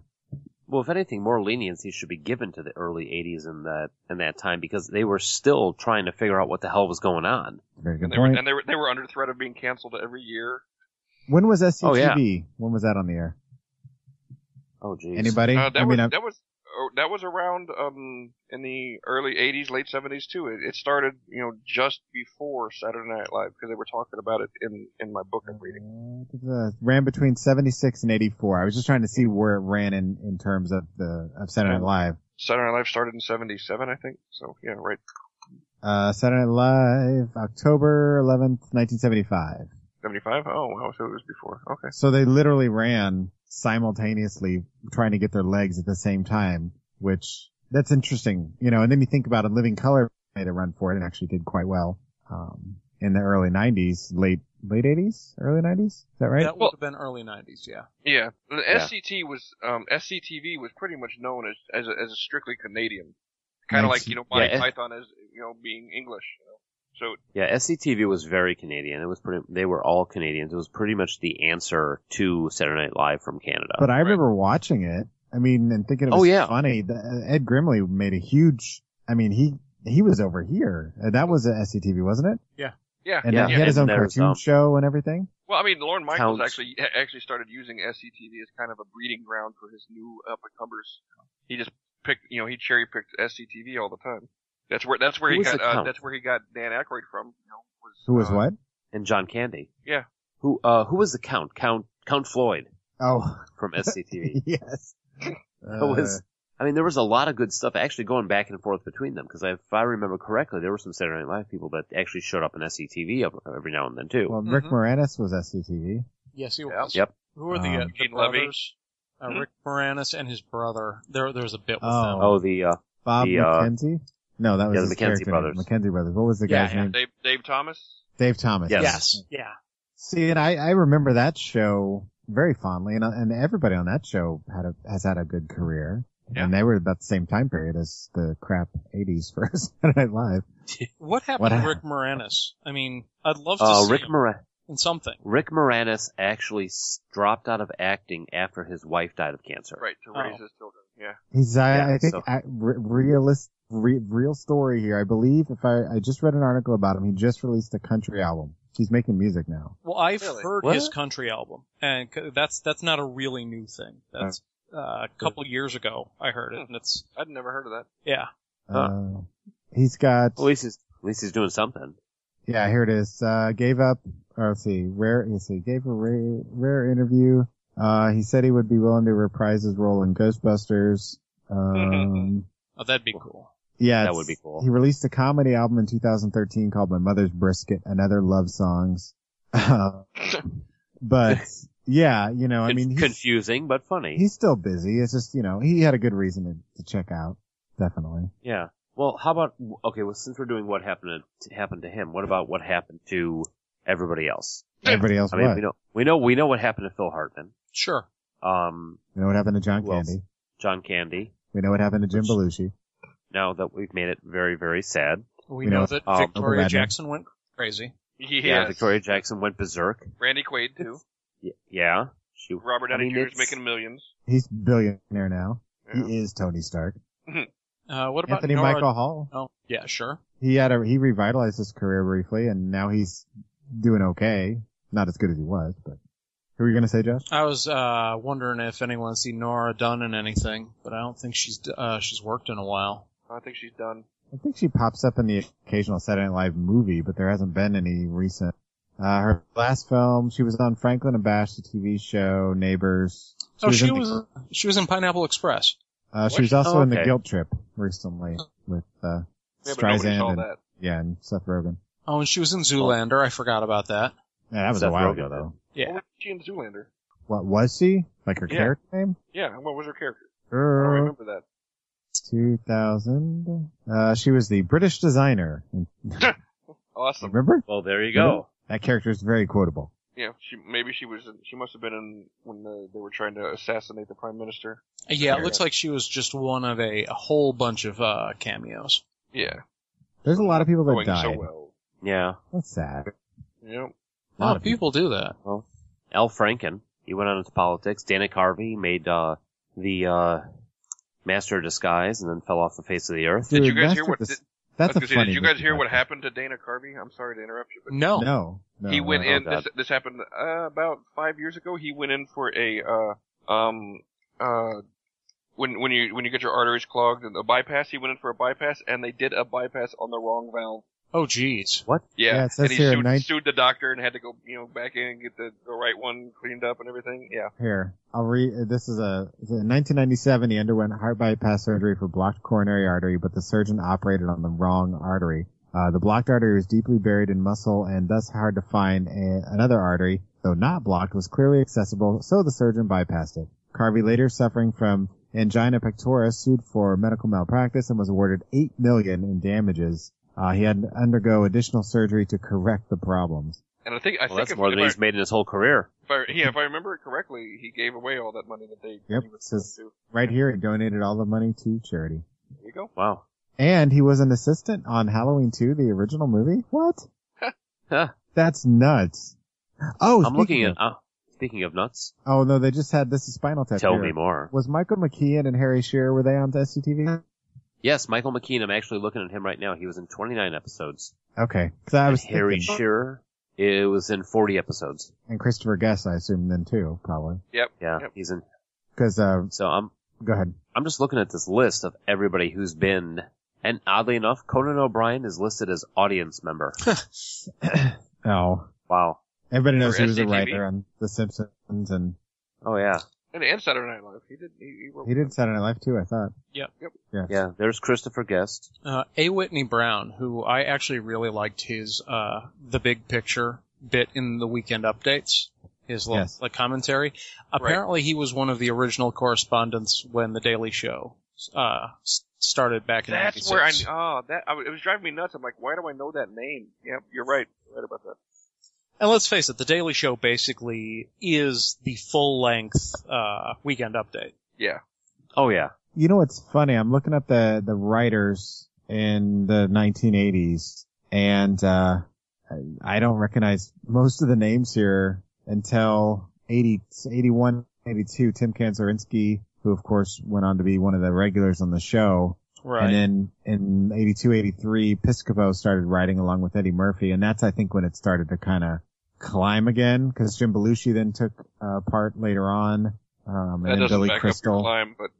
S1: well, if anything, more leniency should be given to the early '80s and that and that time because they were still trying to figure out what the hell was going on.
S2: very good
S3: and they were
S2: point.
S3: and they were they were under threat of being canceled every year.
S2: When was SCTV?
S1: Oh, yeah.
S2: When was that on the air?
S1: Oh, geez.
S2: Anybody?
S3: Uh, that
S2: I
S3: was
S2: mean, I-
S3: that was or that was around um in the early '80s, late '70s too. It, it started, you know, just before Saturday Night Live because they were talking about it in in my book I'm reading.
S2: Uh, ran between 76 and 84. I was just trying to see where it ran in, in terms of the of Saturday Night
S3: Oh.
S2: Live.
S3: Saturday Night Live started in '77, I think. So yeah, right.
S2: Uh, Saturday Night Live, October 11th, 1975.
S3: '75. Oh wow, so it was before. Okay.
S2: So they literally ran simultaneously trying to get their legs at the same time, which that's interesting, you know, and then you think about it, Living Color made a run for it and actually did quite well, um, in the early nineties, late, late eighties, early nineties. Is that right?
S4: That would have been early '90s. Yeah.
S3: Yeah, the SCT was um SCTV was pretty much known as as a, as a strictly Canadian, kind of like you know Monty
S1: Yeah, it-
S3: Python as you know being English. You know? So
S1: Yeah, SCTV was very Canadian. It was pretty. They were all Canadians. It was pretty much the answer to Saturday Night Live from Canada.
S2: But I remember watching it. I mean, and thinking it
S1: Oh,
S2: was
S1: yeah.
S2: funny. The, Ed Grimley made a huge, I mean, he, he was over here. Uh, That was at SCTV, wasn't it?
S3: yeah,
S2: And
S1: Yeah.
S2: then he had his
S1: and
S2: own
S1: uh, there's,
S2: cartoon
S1: um,
S2: show and everything.
S3: Well, I mean, Lorne Michaels
S1: Counts.
S3: actually actually started using SCTV as kind of a breeding ground for his new up and comers. He just picked, you know, he cherry picked SCTV all the time. That's where that's where
S1: Who
S3: he
S1: was
S3: got
S1: the
S3: uh,
S1: Count?
S3: that's where he got Dan Aykroyd from. You know, was,
S2: Who was
S1: Uh-huh.
S3: uh,
S2: what?
S1: and John Candy.
S3: Yeah.
S1: Who uh who was the count? Count Count Floyd
S2: Oh,
S1: from SCTV.
S2: yes. Uh,
S1: That was I mean there was a lot of good stuff actually going back and forth between them because if I remember correctly there were some Saturday Night Live people that actually showed up in SCTV ev- every now and then too.
S2: Uh, well, Rick
S4: Mhm.
S2: Moranis was SCTV.
S4: Yes, he
S3: Yeah.
S4: was.
S1: Yep.
S4: Who were the, uh,
S2: Um,
S4: the
S3: Gene Levy.
S4: brothers? Uh,
S3: Hmm?
S4: Rick Moranis and his brother. There, there was a bit with
S2: Oh.
S4: them.
S1: oh the uh
S2: Bob
S1: The, uh,
S2: McKenzie? No, that was
S1: yeah, the
S2: his
S1: McKenzie
S2: character name.
S1: brothers.
S2: McKenzie brothers. What was the
S4: Yeah,
S2: guy's
S4: yeah.
S2: name?
S3: Dave Dave Thomas.
S2: Dave Thomas.
S1: Yes.
S4: Yes. Yeah.
S2: See, and I, I remember that show very fondly, and and everybody on that show had a has had a good career,
S3: Yeah.
S2: and they were about the same time period as the crap '80s for Saturday Night Live.
S4: What happened
S2: What
S4: to
S2: happened?
S4: Rick Moranis? I mean, I'd love to
S1: uh
S4: see
S1: Rick
S4: him
S1: Moran
S4: in something.
S1: Rick Moranis actually s- dropped out of acting after his wife died of cancer.
S3: Right to raise
S4: Oh.
S3: his children. Yeah.
S2: He's, I,
S1: Yeah,
S2: I think,
S1: so-
S2: I, re- realist, re, real story here. I believe if I, I just read an article about him. He just released a country album. He's making music now.
S4: Well, I've
S3: Really?
S4: heard
S1: What?
S4: his country album, and c- that's that's not a really new thing. That's uh, a couple years ago I heard it, and it's
S3: I'd never heard of that.
S4: yeah.
S2: Uh, he's got,
S1: At least he's at least he's doing something.
S2: yeah, here it is. Uh, gave up, or let's see, rare, let's see, gave a rare, rare interview. Uh, he said he would be willing to reprise his role in Ghostbusters. Um,
S4: Oh, that'd be cool.
S2: yeah.
S1: Mm-hmm. That
S2: it's-
S1: would be cool.
S2: He released a comedy album in 2013 called My Mother's Brisket and Other Love Songs. Uh, but yeah, you know, I
S1: Con-
S2: mean, he's-
S1: confusing but funny.
S2: He's still busy. It's just, you know, he had a good reason to, to check out. Definitely.
S1: Yeah. Well, how about okay? Well, since we're doing what happened to, happened to him, what about what happened to everybody else?
S2: Everybody else
S1: I mean,
S2: what?
S1: we know we know we know what happened to Phil Hartman,
S4: Sure.
S1: um,
S2: We know what happened to John
S1: Who else?
S2: Candy.
S1: John Candy.
S2: We know what happened to Jim
S1: Which-
S2: Belushi.
S1: Now that we've made it very very sad,
S4: We
S2: You
S4: know,
S2: know,
S4: that
S1: um,
S4: Victoria
S2: Uncle Radman.
S4: Jackson went crazy.
S3: Yes.
S1: yeah, Victoria Jackson went berserk.
S3: Randy Quaid too.
S1: Y- yeah, she.
S3: Robert
S1: I
S3: Downey
S1: mean,
S3: Jr.
S1: it's-
S3: is making millions.
S2: He's billionaire now.
S3: Yeah.
S2: He is Tony Stark.
S4: Uh, what about
S2: Anthony
S4: Nora-
S2: Michael Hall.
S4: Oh, yeah, sure.
S2: He had a, he revitalized his career briefly and now he's doing okay. Not as good as he was, but who were you going to say, Josh?
S4: I was uh, wondering if anyone's seen Nora Dunn in anything, but I don't think she's d- uh, she's worked in a while.
S3: I think she's done.
S2: I think she pops up in the occasional Saturday Night Live movie, but there hasn't been any recent. Uh, her last film, she was on Franklin and Bash, the TV show, Neighbors.
S4: oh, she
S2: in the-
S4: was she was in Pineapple Express.
S2: Uh, she
S3: Was
S2: was
S3: she?
S2: also
S1: Oh,
S2: in the
S1: okay.
S2: Guilt Trip recently with uh,
S3: Yeah, but nobody saw
S2: Streisand and
S3: that.
S2: yeah, and Seth Rogen.
S4: Oh, and she was in Zoolander. I forgot about that.
S2: Yeah, that was
S1: Seth
S2: a while
S1: Rogen
S2: ago
S1: did.
S2: though.
S4: Yeah.
S3: What was she in Zoolander?
S2: What was she? Like her
S3: Yeah.
S2: character name?
S3: Yeah. What was her character? I don't
S2: Er,
S3: remember that.
S2: 2000. Uh, she was the British designer.
S3: Awesome.
S2: Remember?
S1: Well, there you go.
S2: That character is very quotable.
S3: Yeah, she maybe she was in- she must have been in when the, they were trying to assassinate the prime minister.
S4: Yeah, it
S3: Yeah.
S4: looks like she was just one of a, a whole bunch of uh, cameos.
S3: Yeah,
S2: There's a lot of people that
S3: going
S2: died.
S3: Oh, so well.
S2: Mm-hmm.
S1: Yeah,
S2: That's sad.
S3: Yep.
S2: A
S4: A
S2: lot
S4: lot
S2: of
S4: Oh, people do that.
S1: Al Franken. He went on into politics. Dana Carvey made uh, the uh, Master of Disguise and then fell off the face of the earth.
S3: Did you
S2: Dude,
S3: guys
S2: that's
S3: hear what?
S2: just-
S3: Did, I
S2: That's
S3: was
S2: a
S3: gonna say,
S2: funny.
S3: did you guys hear what
S2: discussion.
S3: happened to Dana Carvey? I'm sorry to interrupt you, but
S4: No.
S2: No, no.
S3: he went
S2: no.
S1: Oh,
S3: in.
S1: God.
S3: This, this happened uh, about five years ago. He went in for a uh, um uh when when you when you get your arteries clogged and a bypass, he went in for a bypass and they did a bypass on the wrong valve.
S4: Oh, geez.
S3: Yeah,
S2: Yeah, it says
S3: and he
S2: here,
S3: sued,
S2: nine-
S3: sued the doctor and had to go you know back in and get the, the right one cleaned up and everything. Yeah,
S2: Here, I'll read. This is a it's in 1997. He underwent heart bypass surgery for blocked coronary artery, but the surgeon operated on the wrong artery. Uh, the blocked artery was deeply buried in muscle and thus hard to find. A, another artery, though not blocked, was clearly accessible, so the surgeon bypassed it. Carvey, later suffering from angina pectoris, sued for medical malpractice and was awarded eight million in damages. Uh, he had to undergo additional surgery to correct the problems.
S3: and I think I
S1: Well,
S3: think
S1: that's
S3: if,
S1: more
S3: if
S1: than
S3: I,
S1: he's made in his whole career.
S3: if I- yeah, if I remember it correctly, he gave away all that money that they
S2: Yep,
S3: he was
S2: says-
S3: supposed
S2: Right here, he donated all the money to charity.
S3: to. There you go.
S1: Wow.
S2: And he was an assistant on Halloween 2, the original movie? What?
S1: Huh.
S2: That's nuts. Oh,
S1: I'm looking
S2: speaking
S1: at.
S2: of-
S1: Uh, speaking of nuts,
S2: Oh no, they just had this is Spinal Tap.
S1: tell
S2: here.
S1: me more.
S2: Was Michael McKean and Harry Shearer were they on the SCTV?
S1: Yes, Michael McKean. I'm actually looking at him right now. He was in 29 episodes.
S2: Okay, because I was
S1: And Harry
S2: thinking-
S1: Shearer. It was in 40 episodes.
S2: and Christopher Guest, I assume then too, probably.
S3: Yep.
S1: Yeah,
S3: Yep.
S1: he's in.
S2: Because uh,
S1: So I'm
S2: go ahead.
S1: I'm just looking at this list of everybody who's been, and oddly enough, Conan O'Brien is listed as audience member.
S2: Oh,
S1: wow.
S2: everybody knows
S3: For
S2: he was a
S3: SCTV?
S2: writer on The Simpsons, and
S1: Oh yeah.
S3: And, and Saturday Night Live, he did. He, he, wrote
S2: he did Saturday Night Live too. I thought.
S1: Yeah. There's Christopher Guest.
S4: Uh, A. Whitney Brown, who I actually really liked his uh, the big picture bit in the weekend updates, his little
S2: Yes.
S4: like commentary. Apparently, he was one of the original correspondents when the Daily Show uh, s- started back in.
S3: That's
S4: 96.
S3: where I. Oh, that I, was- it was driving me nuts. I'm like, why do I know that name? Yep, you're right. You're Right about that.
S4: And let's face it, the Daily Show basically is the full length uh, weekend update.
S3: Yeah.
S1: Oh yeah.
S2: You know what's funny? I'm looking up the the writers in the 1980s, and uh, I- I don't recognize most of the names here until 80, 81, 82. Tim Kanzorinski, who of course went on to be one of the regulars on the show,
S4: Right.
S2: and then in 82, 83, Piscopo started writing along with Eddie Murphy, and that's I think when it started to kind of climb again because Jim Belushi then took uh, part later on. Um,
S3: that
S2: and then
S3: doesn't
S2: Billy
S3: back up
S2: Crystal.
S3: your climb, but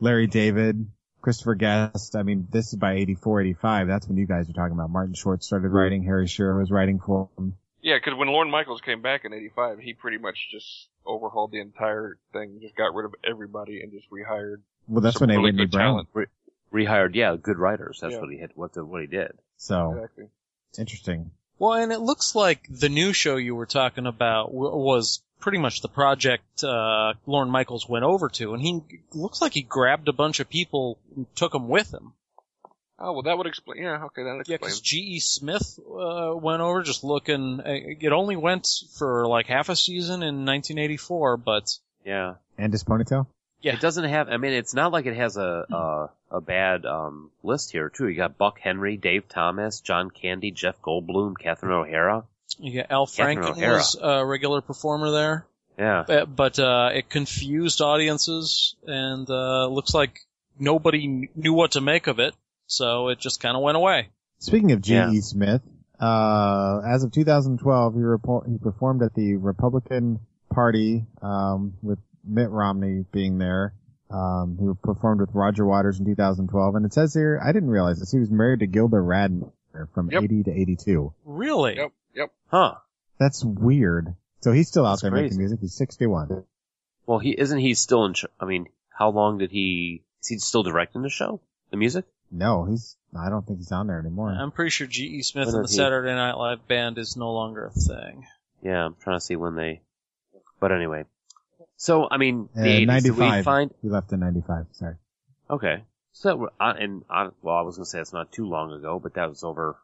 S2: Larry David, Christopher Guest. I mean, this is by 84, 85. That's when you guys are talking about. Martin Short started writing. Harry Shearer was writing for him.
S3: yeah, because when Lorne Michaels came back in '85, he pretty much just overhauled the entire thing, just got rid of everybody, and just rehired.
S2: Well, that's when
S3: some
S2: they
S3: really
S2: Whitney
S3: good
S2: Brown.
S3: talent.
S1: Rehired. Yeah, good writers. That's
S3: Yeah.
S1: what he hit. What the, what he did.
S2: So
S3: Exactly.
S2: it's interesting.
S4: Well, and it looks like the new show you were talking about w- was pretty much the project uh, Lorne Michaels went over to, and he looks like he grabbed a bunch of people and took them with him.
S3: Oh well, that would explain. Yeah, okay, that
S4: Yeah, because
S3: explains.
S4: G.E. E. Smith uh, went over just looking. uh, It only went for like half a season in 1984, but
S1: Yeah.
S2: And his ponytail.
S4: Yeah.
S1: It doesn't have. I mean, it's not like it has a a, a bad um, list here too. You got Buck Henry, Dave Thomas, John Candy, Jeff Goldblum, Catherine O'Hara.
S4: yeah, Al
S1: Catherine
S4: Franken
S1: O'Hara.
S4: was a regular performer there.
S1: Yeah.
S4: Uh, but uh, it confused audiences, and uh, looks like nobody kn- knew what to make of it, so it just kind of went away.
S2: Speaking of G.E.
S1: Yeah.
S2: Smith, uh, as of 2012, he, repo- he performed at the Republican Party um, with Mitt Romney being there. Um, he performed with Roger Waters in 2012, and it says here I didn't realize this. He was married to Gilda Radner from
S3: Yep.
S2: 80 to 82.
S4: Really?
S3: Yep, yep.
S1: Huh.
S2: That's weird. So he's still out
S1: That's
S2: there
S1: crazy.
S2: making music. He's 61.
S1: Well, he isn't he still in? ch- I mean, how long did he? Is he still directing the show? The music?
S2: No, he's. I don't think he's on there anymore.
S4: I'm pretty sure G.E. Smith
S1: What
S4: and the
S1: is he?
S4: Saturday Night Live band is no longer a thing.
S1: Yeah, I'm trying to see when they. But anyway, so I mean,
S2: Uh,
S1: the 80s, did we
S2: 95.
S1: find
S2: he left in 95. Sorry.
S1: okay. So that were, I- and I, well, I was gonna say it's not too long ago, but that was over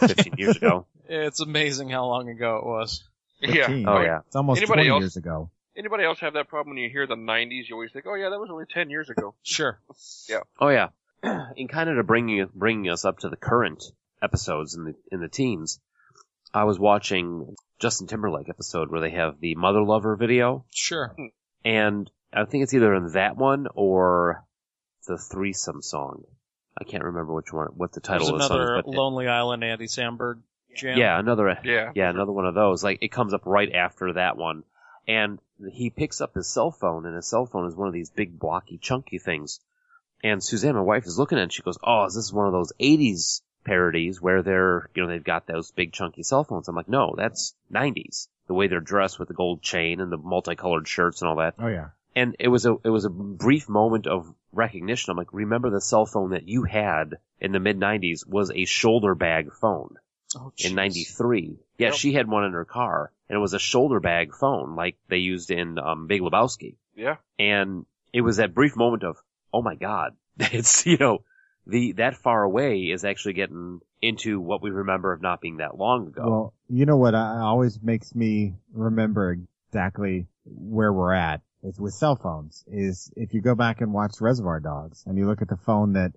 S1: 15 years ago.
S4: It's amazing how long ago it was.
S3: Yeah.
S2: 15.
S1: Oh yeah,
S2: It's almost 20
S3: Anybody else?
S2: years ago.
S3: Anybody else have that problem when you hear the '90s? You always think, oh yeah, that was only 10 years ago.
S4: Sure.
S1: oh yeah. In kind of to bringing bringing us up to the current episodes in the in the teens, I was watching Justin Timberlake episode where they have the Mother Lover video.
S4: Sure.
S1: and I think it's either in that one or the threesome song. I can't remember which one, what the
S4: There's
S1: title of the song
S4: another
S1: is, but it-
S4: Lonely Island Andy Samberg jam.
S1: yeah, another,
S3: Yeah.
S1: yeah, another one of those. Like it comes up right after that one, and he picks up his cell phone, and his cell phone is one of these big blocky chunky things. And Suzanne, my wife, is looking at it, and she goes, "Oh, is this one of those '80s parodies where they're, you know, they've got those big chunky cell phones?" I'm like, "No, that's '90s. The way they're dressed with the gold chain and the multicolored shirts and all that."
S2: Oh yeah.
S1: And it was a it was a brief moment of recognition. I'm like, "Remember the cell phone that you had in the mid '90s was a shoulder bag phone."
S4: Oh,
S1: in
S4: jeez.
S1: '93. Yeah,
S3: Yep.
S1: she had one in her car, and it was a shoulder bag phone like they used in um, Big Lebowski.
S3: Yeah.
S1: And it was that brief moment of, oh my God, it's you know, the that far away is actually getting into what we remember of not being that long ago.
S2: Well, you know what? I, always makes me remember exactly where we're at is with cell phones. Is if you go back and watch Reservoir Dogs and you look at the phone that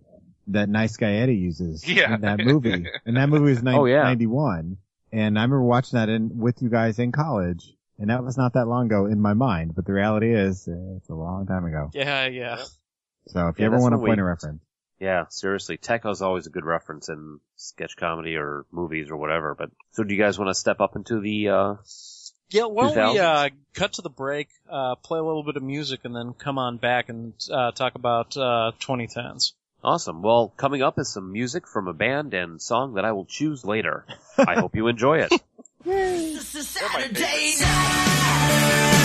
S2: that nice guy Eddie uses
S3: Yeah.
S2: in that movie, and that movie was 90,
S1: Oh, yeah.
S2: 91, and I remember watching that in with you guys in college, and that was not that long ago in my mind. But the reality is, uh, it's a long time ago.
S4: Yeah, yeah.
S2: So if you
S1: Yeah,
S2: ever
S1: that's
S2: want to
S1: when we-
S2: point a reference,
S1: yeah, seriously, Techo's always a good reference in sketch comedy or movies or whatever. But so, do you guys want to step up into the? uh
S4: Yeah, why don't we
S1: 2000s?
S4: uh, cut to the break, uh, play a little bit of music, and then come on back and uh, talk about uh, 2010s.
S1: Awesome. Well, coming up is some music from a band and song that I will choose later. I hope you enjoy it.
S5: This is
S3: They're my
S5: Saturday night.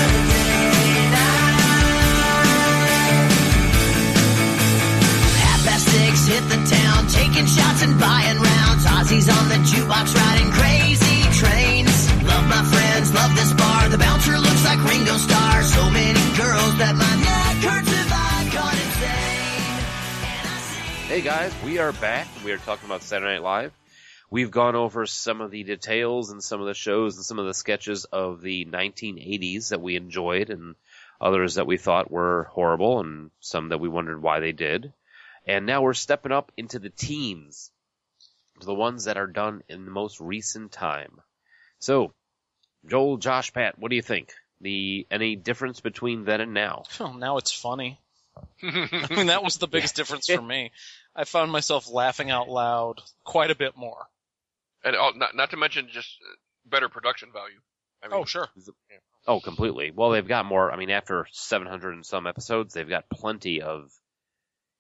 S5: Half past six, hit the town, taking shots and buying rounds. Ozzy's on the jukebox, riding crazy trains. Love my friends, love this bar. The bouncer looks like Ringo Starr. So many girls that my neck hurts if I got insane. And I sing.
S1: Hey guys, we are back. We are talking about Saturday Night Live. We've gone over some of the details and some of the shows and some of the sketches of the 1980s that we enjoyed and others that we thought were horrible and some that we wondered why they did. And now we're stepping up into the teens, to the ones that are done in the most recent time. So, Joel, Josh, Pat, what do you think? The any difference between then and now?
S4: Oh, now it's funny. I mean, that was the biggest difference for me. I found myself laughing out loud quite a bit more.
S3: and all, not not to mention just uh, better production value. I mean,
S4: Oh, sure.
S1: Oh, completely. Well, they've got more. I mean, after 700 and some episodes, they've got plenty of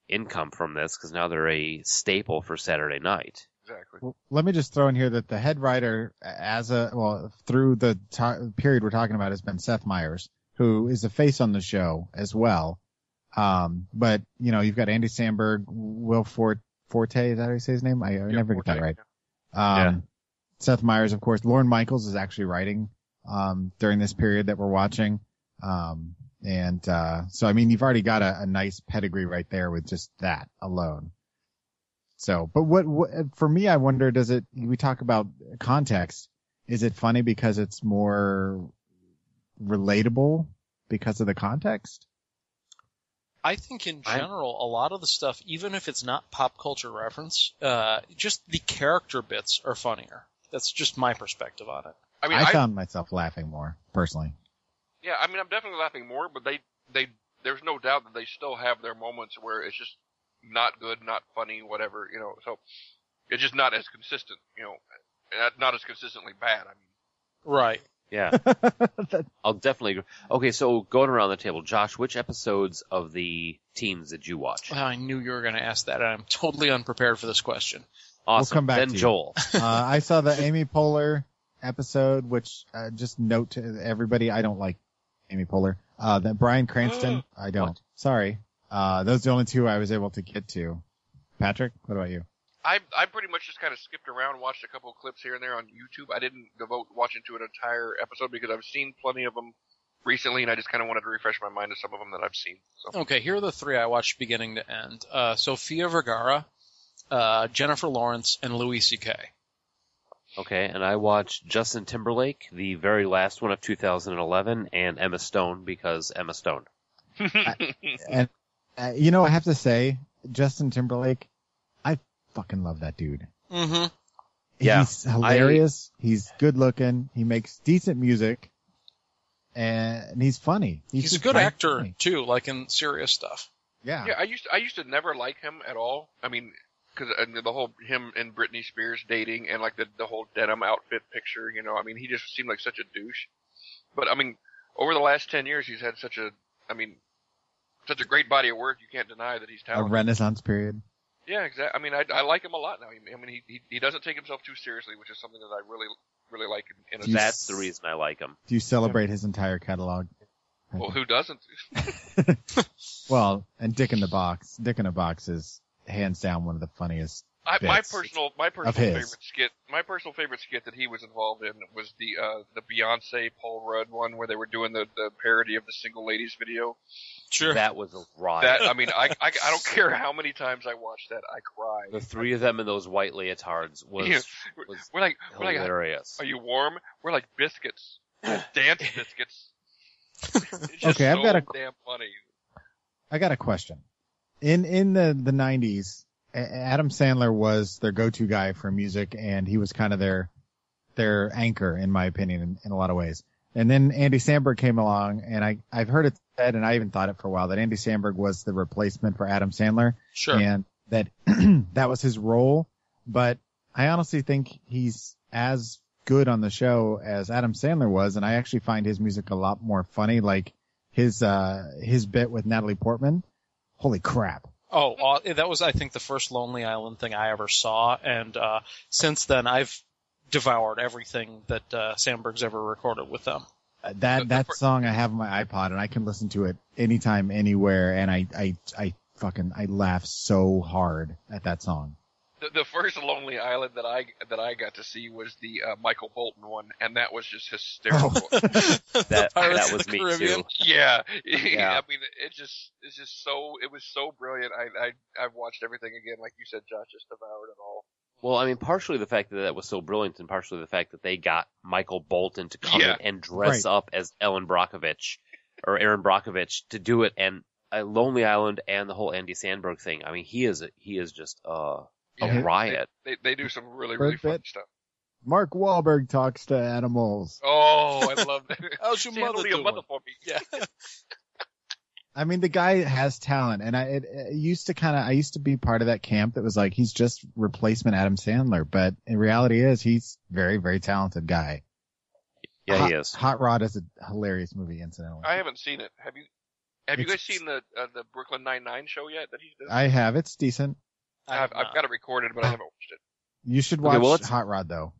S1: income from this because now they're a staple for Saturday night.
S3: exactly.
S2: Well, let me just throw in here that the head writer, as a well, through the ti period we're talking about, has been Seth Meyers, who is a face on the show as well. Um, but you know, you've got Andy Sandberg, Will Fort, Forte, is that how you say his name? I, I
S3: Yeah,
S2: never get that
S3: Forte,
S2: right.
S3: yeah.
S2: Um,
S1: Yeah.
S2: Seth Meyers, of course. Lauren Michaels is actually writing um, during this period that we're watching. Um, and uh, so, I mean, you've already got a, a nice pedigree right there with just that alone. So, but what, what for me, I wonder, does it? We talk about context. Is it funny because it's more relatable because of the context?
S4: I think in
S1: I-
S4: general, a lot of the stuff, even if it's not pop culture reference, uh, just the character bits are funnier. That's just my perspective on it.
S3: I mean,
S2: I
S3: I,
S2: found myself laughing more personally.
S3: yeah, I mean, I'm definitely laughing more, but they they there's no doubt that they still have their moments where it's just not good, not funny, whatever, you know. So it's just not as consistent, you know, uh, not as consistently bad. I mean,
S4: Right.
S1: Yeah, I'll definitely agree. Okay, so going around the table, Josh, which episodes of the teens did you watch?
S4: Well, I knew you were going to ask that, and I'm totally unprepared for this question.
S1: Awesome.
S2: come back
S1: then
S2: to you.
S1: Joel.
S2: uh, I saw the Amy Poehler episode, which uh, just note to everybody, I don't like Amy Poehler. Uh, that Brian Cranston, I don't. Sorry. Uh, those are the only two I was able to get to. Patrick, what about you?
S3: I I pretty much just kind of skipped around, watched a couple of clips here and there on YouTube. I didn't devote watching to an entire episode because I've seen plenty of them recently, and I just kind of wanted to refresh my mind to some of them that I've seen. So
S4: Okay, here are the three I watched beginning to end uh, Sofia Vergara, uh, Jennifer Lawrence, and Louis C.K.
S1: Okay, and I watched Justin Timberlake, the very last one of 2011, and Emma Stone because Emma Stone.
S2: And, uh, you know, I have to say, Justin Timberlake, I fucking love that dude.
S4: Mm-hmm.
S1: Yeah,
S2: He's hilarious. he's good looking. He makes decent music. And he's funny.
S4: He's, a
S2: just
S4: good
S2: plain
S4: actor,
S2: funny.
S4: too, like in serious stuff.
S2: Yeah.
S3: yeah, I used to, I used to never like him at all. I mean, because the whole him and Britney Spears dating and like the the whole denim outfit picture, you know. I mean, he just seemed like such a douche. But I mean, over the last ten years, he's had such a, I mean, such a great body of work. You can't deny that he's
S2: A
S3: talented.
S2: renaissance period.
S3: yeah, exactly. I mean, I, I like him a lot now. He, I mean, he, he he doesn't take himself too seriously, which is something that I really really like in, in a
S1: That's the reason I like him.
S2: Do you celebrate his entire catalog?
S3: Well, who doesn't?
S2: Well, and Dick in the Box. Dick in the Box is hands down one of the funniest.
S3: I, my
S2: bits
S3: personal my personal
S2: his.
S3: favorite skit my personal favorite skit that he was involved in was the uh, the Beyonce Paul Rudd one where they were doing the, the parody of the single ladies video.
S4: Sure.
S1: That was a riot.
S3: That I mean I, I I don't care how many times I watched that I
S1: the
S3: cried.
S1: three of them in those white leotards was,
S3: Yeah.
S1: was
S3: We're like we're like uh,
S1: hilarious.
S3: are you warm? We're like biscuits, dance biscuits. It's just
S2: Okay, I've
S3: so
S2: got a-
S3: damn funny.
S2: I got a question. In in the the nineties, Adam Sandler was their go to guy for music, and he was kind of their their anchor, in my opinion, in, in a lot of ways. And then Andy Samberg came along, and I I've heard it said, and I even thought it for a while that Andy Samberg was the replacement for Adam Sandler.
S4: Sure.
S2: and that that was his role. But I honestly think he's as good on the show as Adam Sandler was, and I actually find his music a lot more funny. Like his uh his bit with Natalie Portman, holy crap!
S4: Oh, aw- that was I think the first Lonely Island thing I ever saw, and uh, since then I've devoured everything that uh, Sandberg's ever recorded with them.
S2: Uh,
S3: The-
S2: That
S3: the
S2: that
S3: fir-
S2: song I have on my iPod, and I can listen to it anytime, anywhere, and I I I fucking I laugh so hard at that song.
S3: The, the first Lonely Island that I that I got to see was the uh, Michael Bolton one, and that was
S2: Oh,
S3: just hysterical.
S1: that
S4: Pirates
S1: that
S4: of
S1: was
S4: the
S1: me
S4: Caribbean.
S1: too.
S3: yeah.
S1: Yeah.
S3: I mean, it just it's just so it was so brilliant. I I I've watched everything again, like you said, Josh just devoured it all.
S1: Well, I mean, partially the fact that that was so brilliant, and partially the fact that they got Michael Bolton to come
S3: Yeah.
S1: in and dress
S2: Right.
S1: up as Ellen Brockovich or Aaron Brockovich to do it, and uh, Lonely Island and the whole Andy Sandberg thing. I mean, he is a, he is just uh, a
S3: Yeah.
S1: riot.
S3: They they do some really
S2: Brad
S3: really fun
S2: Pitt.
S3: stuff.
S2: Mark Wahlberg talks to animals.
S3: Oh, I love that.
S4: How's your
S3: See, it'll
S4: mother
S3: be a
S4: doing?
S3: mother for me.
S4: Yeah.
S2: I mean, the guy has talent, and I it, it used to kind of I used to be part of that camp that was like he's just replacement Adam Sandler, but in reality, is he's very very talented guy.
S1: Yeah,
S2: Hot,
S1: he is.
S2: Hot Rod is a hilarious movie, incidentally.
S3: I haven't seen it. Have you? Have you guys
S2: It's-
S3: seen the uh, the Brooklyn Nine Nine show yet? That he does?
S2: I have it's decent.
S4: I have
S3: I've, I've
S4: not.
S3: got it recorded, but I haven't watched it.
S2: You should
S1: Okay,
S2: watch
S1: well, let's-
S2: Hot Rod though.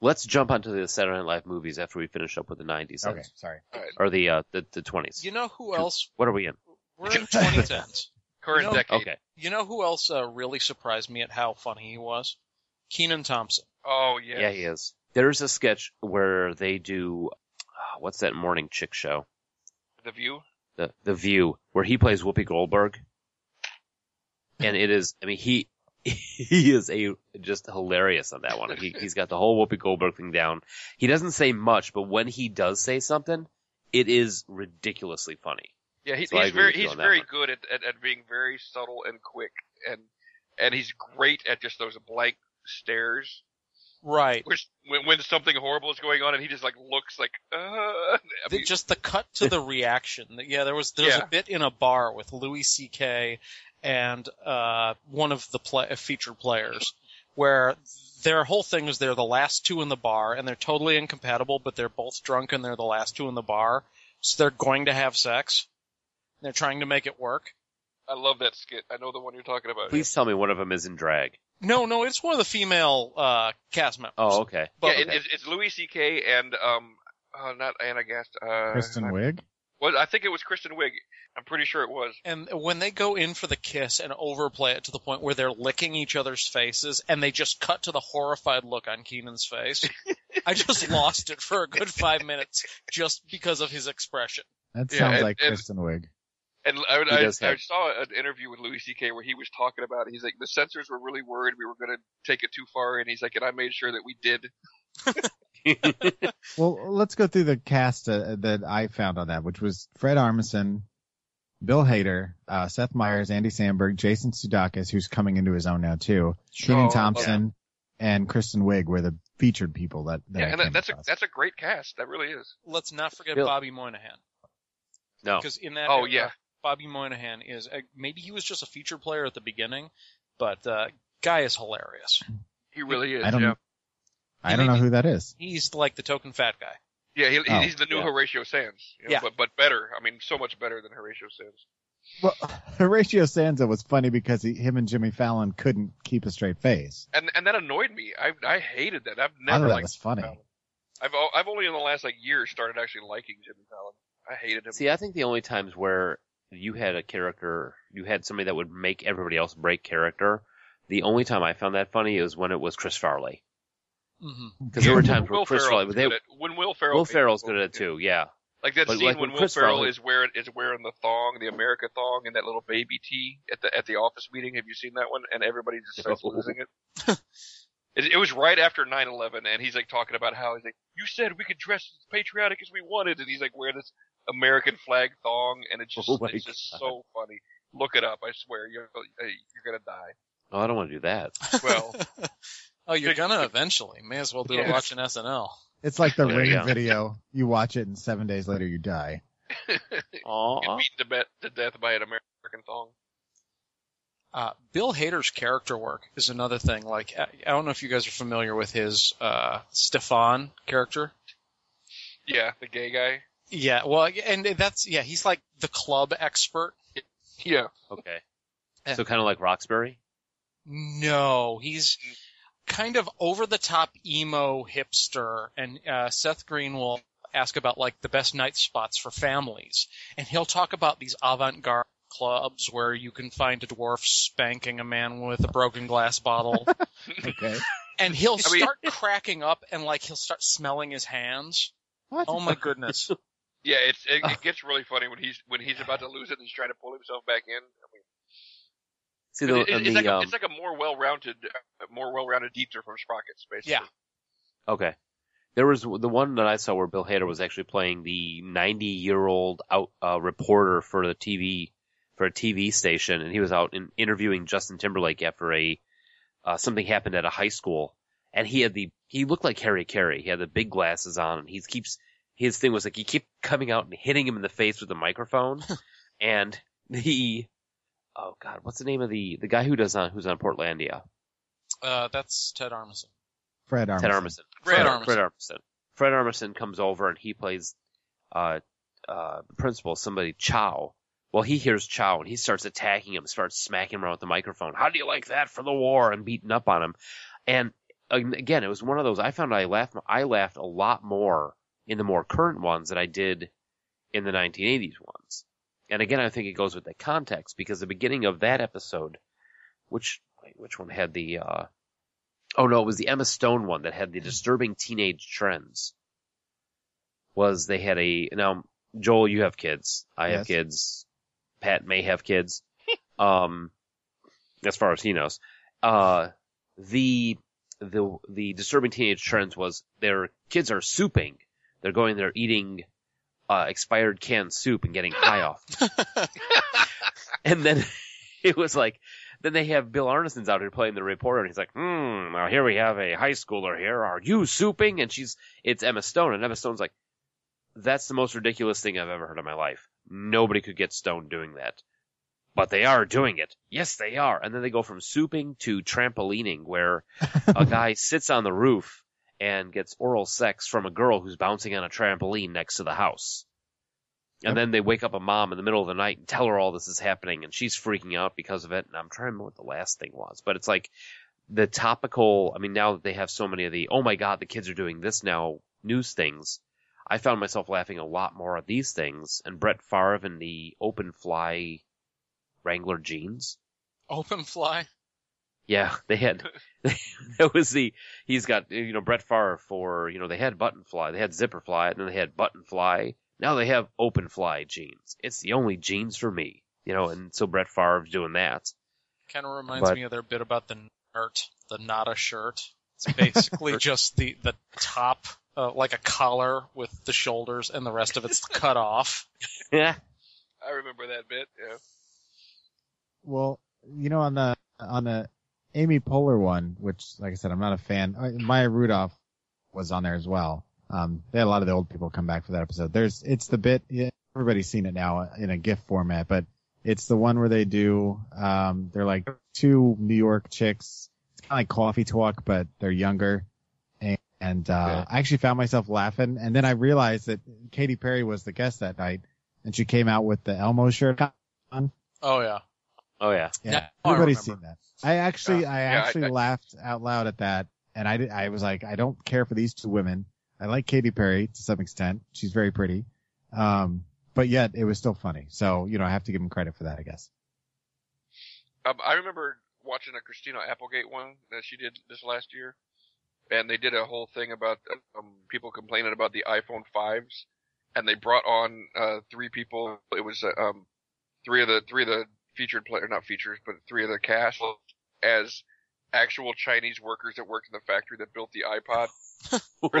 S1: Let's jump onto the Saturday Night Live movies after we finish up with the '90s
S2: Okay, sorry.
S1: or the uh, the the '20s.
S4: You know who else?
S1: What are we in?
S4: We're in 2010s.
S3: Current
S4: No.
S3: decade.
S1: Okay,
S4: You know who else uh, really surprised me at how funny he was? Keenan Thompson.
S3: Oh yeah.
S1: yeah, he is. There's a sketch where they do uh, what's that morning chick show?
S3: The View.
S1: the the View, where he plays Whoopi Goldberg, and it is. I mean, he he is a just hilarious on that one. He he's got the whole Whoopi Goldberg thing down. He doesn't say much, but when he does say something, it is ridiculously funny.
S3: Yeah, he,
S1: So I
S3: he's
S1: agree
S3: very
S1: with you
S3: he's
S1: on that
S3: very
S1: one.
S3: good at, at, at being very subtle and quick, and and he's great at just those blank stares.
S4: Right.
S3: Which when, when something horrible is going on, and he just like looks like uh. I
S4: The-
S3: mean,
S4: just the cut to the reaction. Yeah, there was there's
S3: Yeah.
S4: a bit in a bar with Louis C.K. and uh, one of the play, featured players where their whole thing is they're the last two in the bar and they're totally incompatible, but they're both drunk and they're the last two in the bar, so they're going to have sex. They're trying to make it work.
S3: I love that skit. I know the one you're talking about.
S1: Please tell me one of them is in drag.
S4: No, no, it's one of the female uh, cast members.
S1: Oh, okay.
S3: yeah,
S4: But-
S3: it, it's, it's Louis C.K. and um, uh, not Anna Gast. Uh,
S2: Kristen
S3: I-
S2: Wiig.
S3: Well, I think it was Kristen Wiig. I'm pretty sure it was.
S4: And when they go in for the kiss and overplay it to the point where they're licking each other's faces and they just cut to the horrified look on Keenan's face, I just lost it for a good five minutes just because of his expression.
S2: That
S3: Yeah,
S2: sounds
S3: and-
S2: like
S3: and-
S2: Kristen Wiig.
S3: And I,
S1: He
S3: I,
S1: does
S3: I
S1: have-
S3: saw an interview with Louis C.K. where he was talking about. He's like the censors were really worried we were going to take it too far, and he's like, and I made sure that we did.
S2: Well, let's go through the cast uh, that I found on that, which was Fred Armisen, Bill Hader, uh, Seth Meyers, Andy Sandberg, Jason Sudeikis, who's coming into his own now too, Keenan
S3: Oh,
S2: Thompson, and Kristen Wiig were the featured people that. that
S3: yeah,
S2: I
S3: and that,
S2: came
S3: that's a
S2: across.
S3: that's a great cast. That really is.
S4: Let's not forget
S1: Bill-
S4: Bobby Moynihan.
S1: No.
S4: Because in that,
S3: Oh
S4: era,
S1: uh,
S3: yeah,
S4: Bobby Moynihan is a, maybe he was just a feature player at the beginning, but uh, guy is hilarious.
S3: he really is.
S2: I don't.
S3: yeah.
S2: I don't know who that is.
S4: He's like the token fat guy.
S3: Yeah, he,
S2: Oh,
S3: he's the new
S1: yeah.
S3: Horatio Sands. you know,
S4: Yeah.
S3: but but better. I mean, so much better than Horatio Sands.
S2: Well, Horatio Sanza was funny because he, him and Jimmy Fallon couldn't keep a straight face.
S3: And and that annoyed me. I I hated that. I've
S2: I
S3: never
S2: thought that
S3: liked
S2: was funny.
S3: Fallon. I've o- I've only in the last like year started actually liking Jimmy Fallon. I hated him.
S1: See, I think the only times where you had a character, you had somebody that would make everybody else break character. The only time I found that funny is when it was Chris Farley.
S4: hmm
S1: Because there were times
S3: Will
S1: where Chris
S3: Ferrell
S1: Farley,
S3: is
S1: but they,
S3: good at, when Will Ferrell.
S1: Will
S3: made
S1: Ferrell's
S3: people-
S1: good at it too. Yeah,
S3: Like that
S1: But
S3: scene
S1: like
S3: when
S1: when
S3: Will
S1: Chris
S3: Ferrell
S1: Farley-
S3: is wearing is wearing the thong, the America thong, and that little baby tee at the at the office meeting. Have you seen that one? And everybody just starts
S1: No.
S3: losing it. it. It was right after 9/11, and he's like talking about how he's like, "You said we could dress as patriotic as we wanted," and he's like wearing this American flag thong, and it's just
S1: Oh my
S3: it's just
S1: God.
S3: so funny. Look it up, I swear. You're uh, you're gonna die.
S1: oh, I don't want to do that.
S3: Well,
S4: Oh, you're
S3: Good-
S4: gonna eventually. May as well do it
S3: Yeah.
S4: watching SNL.
S2: It's like the
S1: Yeah,
S2: Ring
S1: yeah.
S2: video. You watch it and seven days later you die.
S1: Aw.
S3: get beaten to, bet to death by an American thong.
S4: Uh, Bill Hader's character work is another thing. Like, I I don't know if you guys are familiar with his uh, Stefan character.
S3: Yeah, the gay guy.
S4: Yeah, well, and that's yeah, he's like the club expert.
S3: Yeah,
S1: Okay.
S4: Yeah.
S1: So kind of like Roxbury.
S4: No, he's kind of over the top emo hipster, and uh, Seth Green will ask about like the best night spots for families, and he'll talk about these avant garde clubs where you can find a dwarf spanking a man with a broken glass bottle,
S2: Okay.
S4: and he'll
S3: I mean-
S4: start cracking up, and like he'll start smelling his hands.
S2: What?
S4: Oh my goodness!
S3: Yeah, it's it, it gets really funny when he's when he's about to lose it and he's trying to pull himself back in. I mean,
S1: See, the,
S3: it- it-
S1: and
S3: it's,
S1: the
S3: like a,
S1: um,
S3: it's like a more well-rounded, uh, more well-rounded Dieter from Sprockets, basically.
S4: Yeah.
S1: okay. There was the one that I saw where Bill Hader was actually playing the 90 year old out uh, reporter for the TV for a TV station, and he was out in, interviewing Justin Timberlake after a uh, something happened at a high school, and he had the he looked like Harry Carey. He had the big glasses on, and he keeps his thing was like he kept coming out and hitting him in the face with the microphone, and the oh god, what's the name of the the guy who does on who's on Portlandia?
S4: Uh, that's Ted Armisen.
S2: Fred Armisen.
S1: Ted Armisen.
S4: Fred
S1: Fred,
S4: Armisen.
S1: Fred Armisen. Fred Armisen comes over and he plays uh, uh, the principal, somebody Chow. Well, he hears Chow and he starts attacking him, starts smacking him around with the microphone. How do you like that for the war? And beating up on him. And ag- again, it was one of those. I found I laughed. I laughed a lot more in the more current ones than I did in the 1980s ones. And again, I think it goes with the context because the beginning of that episode, which wait, which one had the uh, Oh no, it was the Emma Stone one that had the disturbing teenage trends. Was they had a now Joel, you have kids. I have
S2: Yes.
S1: kids. Pat may have kids. um, as far as he knows, uh, the the the disturbing teenage trends was their kids are souping. They're going there eating uh, expired canned soup and getting high off. and then it was like then they have Bill Arneson's out here playing the reporter, and he's like, "Hmm, now here we have a high schooler here. Are you souping?" And she's, it's Emma Stone, and Emma Stone's like, "That's the most ridiculous thing I've ever heard in my life. Nobody could get stoned doing that, but they are doing it. Yes, they are." And then they go from souping to trampolining, where a guy sits on the roof and gets oral sex from a girl who's bouncing on a trampoline next to the house. And
S2: Yep.
S1: then they wake up a mom in the middle of the night and tell her all this is happening and she's freaking out because of it. And I'm trying to remember what the last thing was, but it's like the topical. I mean, now that they have so many of the, oh my God, the kids are doing this now news things. I found myself laughing a lot more at these things and Brett Favre and the open fly Wrangler jeans.
S4: Open fly.
S1: Yeah, they had. that was the. He's got you know Brett Favre for you know they had button fly, they had zipper fly, and then they had button fly. Now they have open fly jeans. It's the only jeans for me, you know. And so Brett Favre's doing that.
S4: Kind of reminds
S1: But-
S4: me of their bit about the nerd, the not a shirt. It's basically just the the top, uh, like a collar with the shoulders, and the rest of it's cut off.
S1: Yeah,
S3: I remember that bit. Yeah.
S2: Well, you know, on the on the Amy Poehler one, which, like I said, I'm not a fan. uh, Maya Rudolph was on there as well. Um, they had a lot of the old people come back for that episode. There's, it's the bit yeah, everybody's seen it now in a GIF format, but it's the one where they do, um, they're like two New York chicks. It's kind of like coffee talk, but they're younger, and And uh,
S3: Okay.
S2: I actually found myself laughing. And then I realized that Katy Perry was the guest that night, and she came out with the Elmo shirt. on.
S4: Oh yeah.
S1: Oh yeah.
S2: Yeah,
S4: Now I
S2: everybody's seen
S4: remember.
S2: that. I actually,
S3: Yeah.
S2: I
S3: Yeah, I-
S2: actually
S3: I-
S2: laughed out loud at that, and I, did- I was like, I don't care for these two women. I like Katy Perry to some extent; she's very pretty, um, but yet it was still funny. So you know, I have to give him credit for that, I guess.
S3: Um, I remember watching a Christina Applegate one that she did this last year, and they did a whole thing about um, people complaining about the iPhone fives, and they brought on uh, three people. It was uh, um, three of the three of the featured player, not features, but three of the cast as actual Chinese workers that worked in the factory that built the iPod where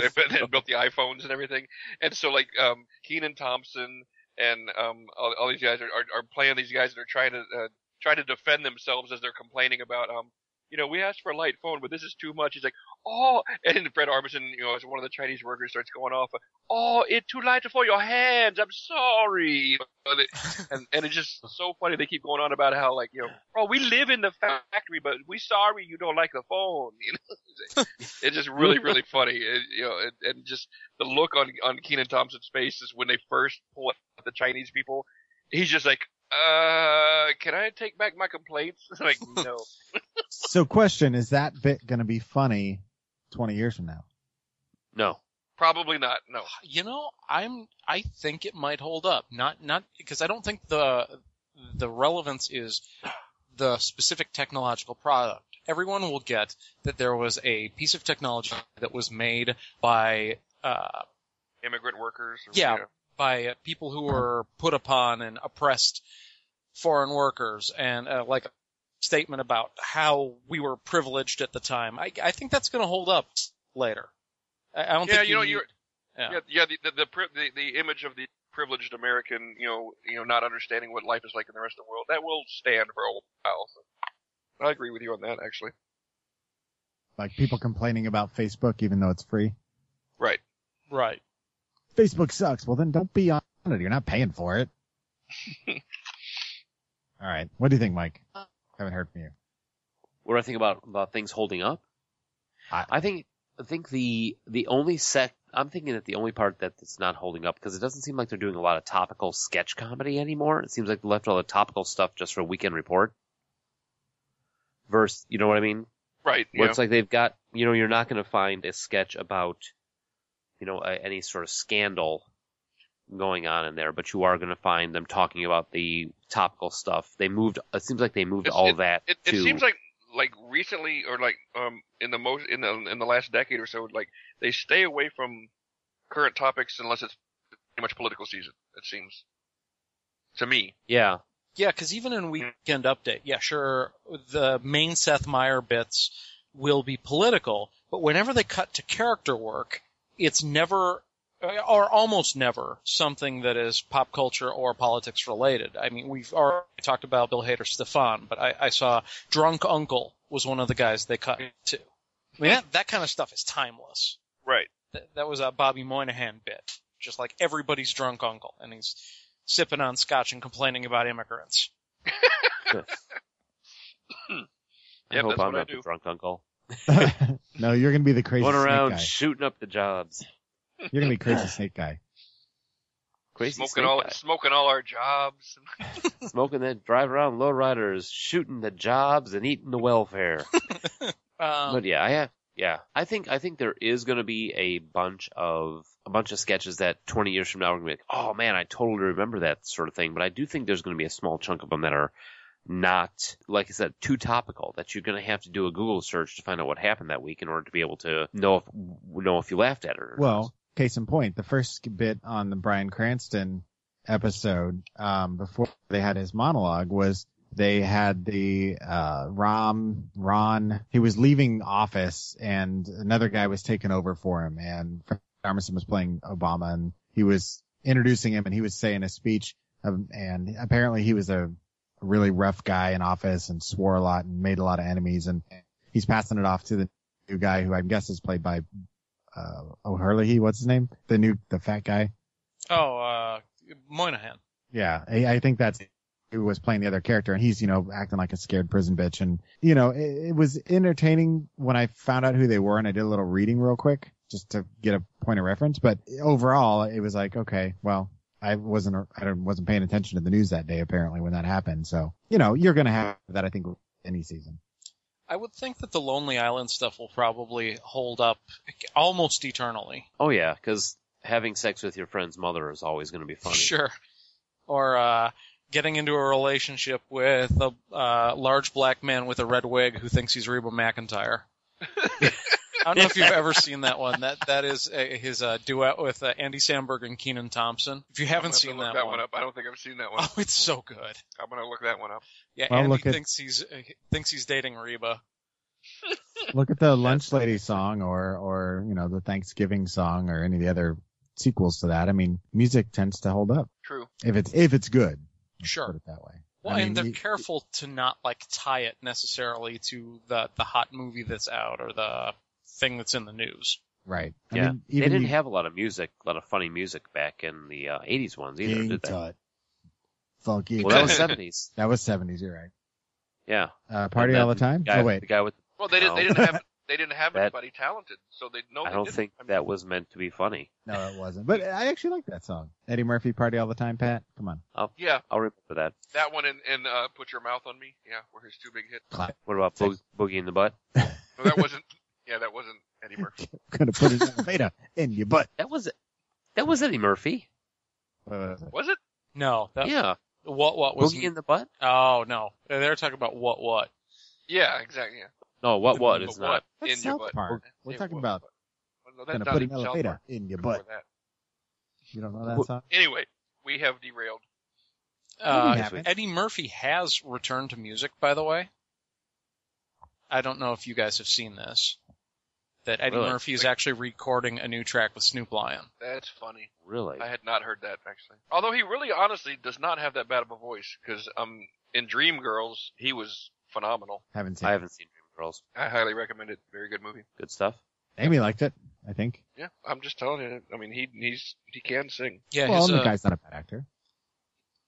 S3: they built, they built the iPhones and everything. And so like um Keenan Thompson and um all, all these guys are, are are playing these guys that are trying to uh, trying to defend themselves as they're complaining about um you know we asked for a light phone but this is too much. He's like oh and Fred Armisen you know as one of the Chinese workers starts going off oh it's too light for your hands I'm sorry and it- and, and it's just so funny they keep going on about how like you know oh we live in the factory but we sorry you don't like the phone you know it's just really, really funny. It, you know, and, and just the look on on Keenan Thompson's face is when they first pull out the Chinese people. He's just like, "Uh, can I take back my complaints?" like, no.
S2: so, question: Is that bit going to be funny twenty years from now?
S1: No.
S3: Probably not. No.
S4: You know, I'm I think it might hold up. Not not because I don't think the the relevance is the specific technological product. Everyone will get that there was a piece of technology that was made by uh,
S3: Immigrant workers. or,
S4: Yeah.
S3: you know.
S4: by uh, people who were put upon and oppressed foreign workers, and uh, like a statement about how we were privileged at the time. I, I think that's going to hold up later. I, I don't
S3: Yeah,
S4: think
S3: you know,
S4: need-
S3: you're-
S4: Yeah.
S3: Yeah, yeah. The the, the pri- the the image of the privileged American, you know, you know, not understanding what life is like in the rest of the world, that will stand for a while. So I agree with you on that, actually.
S2: Like people complaining about Facebook, even though it's free.
S3: Right.
S4: right.
S2: Facebook sucks. Well, then don't be on it. You're not paying for it. All right. What do you think, Mike? Haven't heard from you.
S1: What do I think about about things holding up?
S2: I-
S1: I think I think the the only sec I'm thinking that the only part that it's not holding up because it doesn't seem like they're doing a lot of topical sketch comedy anymore. It seems like they left all the topical stuff just for Weekend Report. Verse, you know what I mean?
S3: Right.
S1: Where
S3: Yeah.
S1: it's like they've got, you know, you're not going to find a sketch about, you know, a, any sort of scandal going on in there, but you are going to find them talking about the topical stuff. They moved. It seems like they moved
S3: It's-
S1: all that
S3: It,
S1: to.
S3: it seems like like recently or like um in the most in the in the last decade or so, like they stay away from current topics unless it's pretty much political season. It seems to me.
S1: yeah,
S4: Yeah, because even in Weekend Update, yeah, sure, the main Seth Meyer bits will be political, but whenever they cut to character work, it's never, uh, or almost never, something that is pop culture or politics related. I mean, we've already talked about Bill Hader Stefan, but I, I saw Drunk Uncle was one of the guys they cut to. I mean, that, that kind of stuff is timeless.
S3: Right.
S4: That, that was a Bobby Moynihan bit, just like everybody's drunk uncle, and he's sipping on scotch and complaining about immigrants.
S1: I
S3: Yep,
S1: hope
S3: that's
S1: I'm
S3: what I
S1: not the
S3: do.
S1: drunk uncle
S2: no, you're gonna be the crazy
S1: going
S2: snake
S1: around
S2: guy.
S1: shooting up the jobs,
S2: You're gonna be crazy snake guy.
S1: crazy
S3: Smoking
S1: snake
S3: all
S1: guy.
S3: smoking all our jobs.
S1: smoking that drive around lowriders, shooting the jobs and eating the welfare.
S4: Um,
S1: but yeah, I have. Yeah, I think I think there is going to be a bunch of a bunch of sketches that 20 years from now we're going to be like, oh man, I totally remember that sort of thing. But I do think there's going to be a small chunk of them that are not, like I said, too topical. That you're going to have to do a Google search to find out what happened that week in order to be able to know if know if you laughed at it. Or
S2: Well, case in point, the first bit on the Brian Cranston episode, um, before they had his monologue was they had the, uh, Rom, Ron, he was leaving office and another guy was taking over for him and Fred Armisen was playing Obama and he was introducing him and he was saying a speech um, and apparently he was a really rough guy in office and swore a lot and made a lot of enemies and he's passing it off to the new guy who I guess is played by uh, O'Herlihy, what's his name? The new, the fat guy.
S4: oh, uh, Moynihan.
S2: Yeah, I, I think that's who was playing the other character, and he's you know acting like a scared prison bitch, and you know it, it was entertaining when I found out who they were, and I did a little reading real quick just to get a point of reference. But overall, it was like, okay, well, I wasn't, I don't- wasn't paying attention to the news that day apparently when that happened. So, you know, you're going to have that, I think, any season.
S4: I would think that the Lonely Island stuff will probably hold up almost eternally.
S1: Oh yeah, because having sex with your friend's mother is always going to be funny.
S4: Sure. Or uh, getting into a relationship with a uh, large black man with a red wig who thinks he's Reba McIntyre. I don't know if you've ever seen that one. That that is uh his uh, duet with uh, Andy Samberg and Keenan Thompson. If you
S3: I'm gonna have
S4: haven't
S3: to
S4: seen
S3: look
S4: that,
S3: that
S4: one,
S3: up. I don't think I've seen that one.
S4: oh, it's so good.
S3: I'm gonna look that one up.
S4: Yeah,
S2: Well,
S4: Andy
S2: look at-
S4: thinks he's uh, thinks he's dating Reba.
S2: Look at the Lunch Lady song or, or, you know, the Thanksgiving song or any of the other sequels to that. I mean, music tends to hold up
S3: True.
S2: if it's, if it's good. Let's
S4: Sure.
S2: Put it that way.
S4: Well,
S2: I mean,
S4: and they're
S2: you-
S4: careful to not like tie it necessarily to the the hot movie that's out or the thing that's in the news.
S2: Right. I
S1: Yeah,
S2: mean,
S1: they
S2: even
S1: didn't
S2: you-
S1: have a lot of music, a lot of funny music back in the uh, '80s ones either,
S2: Ain't
S1: did they?
S2: tut. Funky.
S1: Well, that
S2: tut.
S1: was '70s.
S2: That was 70s. You're right.
S1: Yeah.
S2: Uh, party
S1: And
S2: all the
S1: then
S2: time.
S1: Guy,
S2: Oh wait,
S1: The guy with
S3: Well, they didn't. They
S1: No.
S3: didn't have. They didn't have
S1: That-
S3: anybody talented, so they no.
S1: I
S3: they
S1: don't
S3: didn't.
S1: think
S3: I mean,
S1: that was meant to be funny.
S2: no, it wasn't. But I actually like that song. Eddie Murphy, party all the time. Pat, come on.
S3: Yeah,
S1: I'll remember that.
S3: that one in, in uh, "Put Your Mouth on Me." Yeah, were his two big hits.
S1: What about Bo- Boogie in the Butt?
S3: No, that wasn't. yeah, that wasn't Eddie Murphy.
S2: gonna put his beta in your butt.
S1: That was that was Eddie Murphy.
S2: What was it?
S3: Was it?
S4: No, that,
S1: yeah,
S4: What what was?
S1: Boogie in the Butt.
S4: oh no, they're talking about what what.
S3: Yeah, exactly. Yeah.
S1: No, what what? It's
S3: But
S1: not.
S3: what?
S2: That's
S3: In your
S2: South
S3: butt.
S2: Park. We're
S3: Yeah,
S2: talking
S3: what-
S2: about
S3: what- well, no, that's
S2: gonna
S3: not
S2: put
S3: in
S2: an
S3: South
S2: elevator
S3: Park.
S2: in your
S3: Before
S2: butt.
S3: that.
S2: You don't know that
S1: Well,
S2: song?
S3: Anyway, we have derailed.
S2: Oh,
S4: Uh,
S1: Yes, we-
S4: Eddie Murphy has returned to music, by the way. I don't know if you guys have seen this. That Eddie
S1: Really?
S4: Murphy is actually recording a new track with Snoop Lion.
S3: That's funny.
S1: Really?
S3: I had not heard that actually. Although he really, honestly, does not have that bad of a voice because um, in Dreamgirls he was phenomenal.
S2: Haven't seen.
S1: I
S2: it.
S1: haven't seen Dreamgirls.
S3: I highly recommend it. Very good movie.
S1: Good stuff.
S2: Amy liked it, I think.
S3: Yeah, I'm just telling you. I mean, he he's he can sing.
S4: Yeah,
S2: well,
S4: his,
S2: the
S4: uh,
S2: guy's not a bad actor.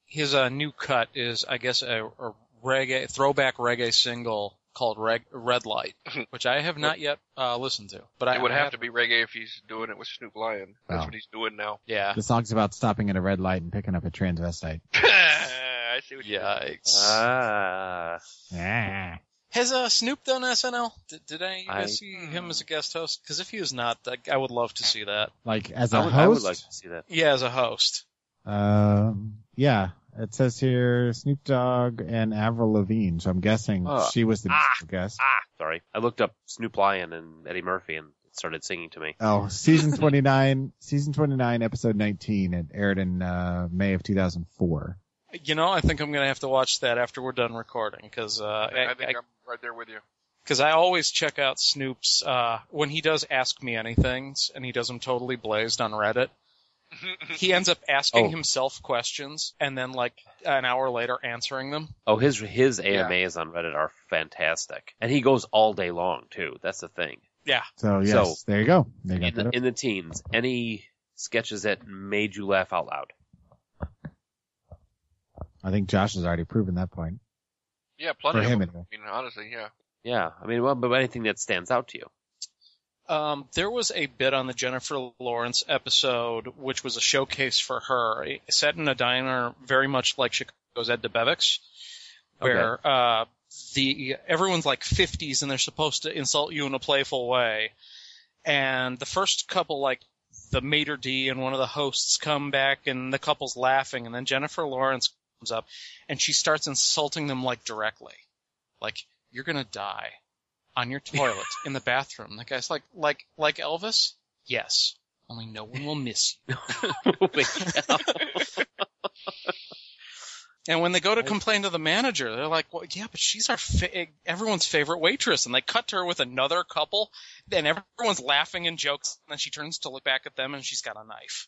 S4: his uh, new cut is, I guess, a, a reggae throwback reggae single called Reg, "Red Light," which I have not yet uh, listened to. But I
S3: it would
S4: I
S3: have to be reggae if he's doing it with Snoop Lion. That's
S2: Wow.
S3: what he's doing now.
S4: Yeah.
S2: The song's about stopping at a red light and picking up a transvestite.
S3: I see what you did.
S4: Yikes.
S1: Ah,
S2: Ah.
S4: Uh, Has uh, Snoop done SNL? Did, did any of you guys
S1: I-
S4: see him
S3: Hmm.
S4: as a guest host? Because if he is not, I, I would love to see that.
S2: Like as a
S1: I would,
S2: host.
S1: I would like to see that.
S4: Yeah, as a host.
S2: Um, yeah, it says here Snoop Dogg and Avril Lavigne. So I'm guessing
S1: Uh,
S2: she was the
S1: ah,
S2: musical guest.
S1: Ah, sorry. I looked up Snoop Lion and Eddie Murphy and it started singing to me.
S2: Oh, season 29, season 29, episode 19. It aired in uh, May of 2004.
S4: You know, I think I'm gonna have to watch that after we're done recording because
S3: I,
S4: uh,
S3: think I, am right there with you.
S4: because I, always check out Snoop's uh, when he does ask me anything and he does them totally blazed on Reddit. He ends up asking
S1: Oh.
S4: himself questions and then like an hour later answering them.
S1: Oh, his his
S3: Yeah.
S1: AMAs on Reddit are fantastic, and he goes all day long too. That's the thing.
S2: So yes,
S1: So-
S2: there you go. They got
S1: In
S2: that
S1: the,
S2: up.
S1: in the teens, any sketches that made you laugh out loud.
S2: I think Josh has already proven that point.
S3: Yeah, plenty
S2: For
S3: of
S2: him,
S3: them.
S2: anyway.
S3: I mean, honestly, yeah.
S1: Yeah, I mean, well, but anything that stands out to you.
S4: Um, there was a bit on the Jennifer Lawrence episode, which was a showcase for her, eh, set in a diner very much like Chicago's Ed DeBevick's, where uh, the everyone's like 50s and they're supposed to insult you in a playful way. And the first couple, like the maitre d and one of the hosts, come back and the couple's laughing, and then Jennifer Lawrence comes up and she starts insulting them like directly, like you're gonna die on your toilet in the bathroom. The guy's like, like, like Elvis? Yes. Only no one will miss you. And when they go to complain to the manager, they're like, well, yeah, but she's our fa- everyone's favorite waitress. And they cut to her with another couple. Then everyone's laughing and jokes. And then she turns to look back at them and she's got a knife.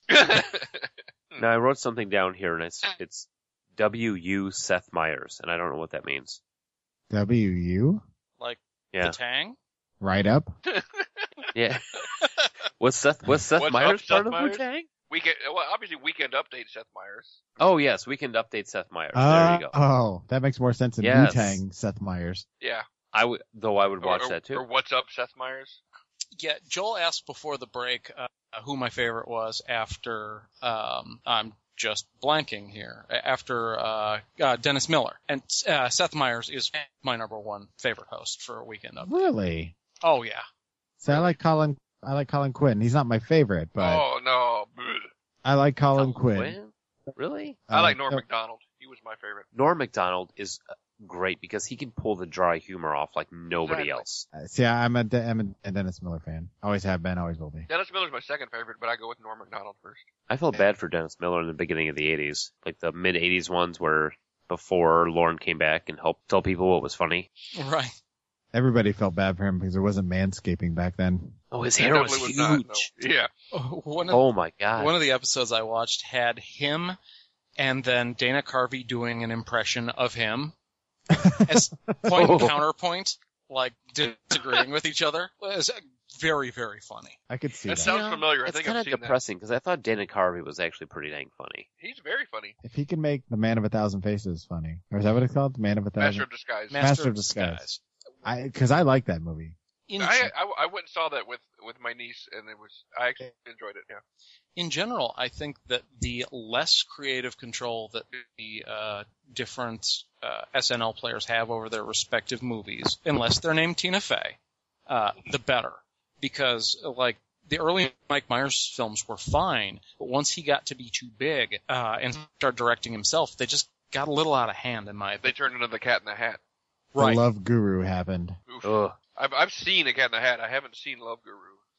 S1: now I wrote something down here, and it's it's W U Seth Meyers, and I don't know what that means.
S2: WU,
S4: Like
S1: Yeah.
S4: the Tang?
S2: right up.
S1: Yeah. what's Seth? What's Seth
S3: What's up,
S1: Meyers
S3: Seth
S1: part of
S3: Meyers?
S1: Wu Tang?
S3: Weekend, well, obviously, Weekend Update, Seth Meyers.
S1: Oh yes, Weekend Update Seth Meyers. there
S2: Uh,
S1: you go.
S2: Oh, that makes more sense than
S1: Yes.
S2: Wu Tang Seth Meyers.
S3: Yeah.
S1: I would, though I would watch
S3: or,
S1: that too.
S3: Or What's Up, Seth Meyers?
S4: yeah, Joel asked before the break uh, who my favorite was after um, I'm just blanking here after uh, uh, Dennis Miller and uh, Seth Meyers is my number one favorite host for Weekend Update.
S2: Really?
S4: Oh yeah,
S2: So I like Colin. I like Colin Quinn. He's not my favorite, but
S3: oh no, bleh.
S2: I like
S1: Colin
S2: Colin, Quinn.
S1: Really?
S3: I like
S2: Uh,
S3: Norm
S2: so-
S3: Macdonald. He was my favorite.
S1: Norm MacDonald is uh, great because he can pull the dry humor off like nobody
S3: Exactly.
S1: else.
S2: Uh, See, I- I'm a, De- I'm a Dennis Miller fan. Always have been, always will be.
S3: Dennis Miller's my second favorite, but I go with Norm Macdonald first.
S1: I felt bad for Dennis Miller in the beginning of the 80s, like the mid 80s ones where before Lauren came back and helped tell people what was funny.
S4: right.
S2: Everybody felt bad for him because there wasn't manscaping back then.
S1: Oh, his
S3: That
S1: hair was,
S3: definitely
S1: huge.
S3: not, no. Yeah,
S4: One of,
S1: Oh my god.
S4: one of the episodes I watched had him and then Dana Carvey doing an impression of him as point and
S1: Oh.
S4: counterpoint, like disagreeing with each other. It was uh, very very funny.
S2: I could see
S3: that
S2: that.
S3: sounds
S1: Yeah,
S3: familiar. I
S1: it's
S3: think
S1: kind
S3: I've
S1: of
S3: seen
S1: depressing because I thought Dana Carvey was actually pretty dang funny.
S3: that. He's very funny.
S2: If he can make the Man of a Thousand Faces funny, or is that what it's called? The Man of a
S3: Master
S2: Thousand.
S3: of Disguise.
S2: Ma- Master of Disguise. I because I like that movie.
S4: In,
S3: I, I I went and saw that with with my niece, and it was I actually enjoyed it. Yeah,
S4: in general, I think that the less creative control that the uh, different uh, SNL players have over their respective movies, unless they're named Tina Fey, uh, the better. Because uh, like the early Mike Myers films were fine, but once he got to be too big uh, and started directing himself, they just got a little out of hand, in my
S3: they
S4: opinion.
S3: turned into the Cat in the Hat.
S2: The
S4: Right.
S2: Love Guru happened.
S3: Oof.
S1: Ugh.
S3: I've I've seen a Cat in the Hat. I haven't seen Love Guru.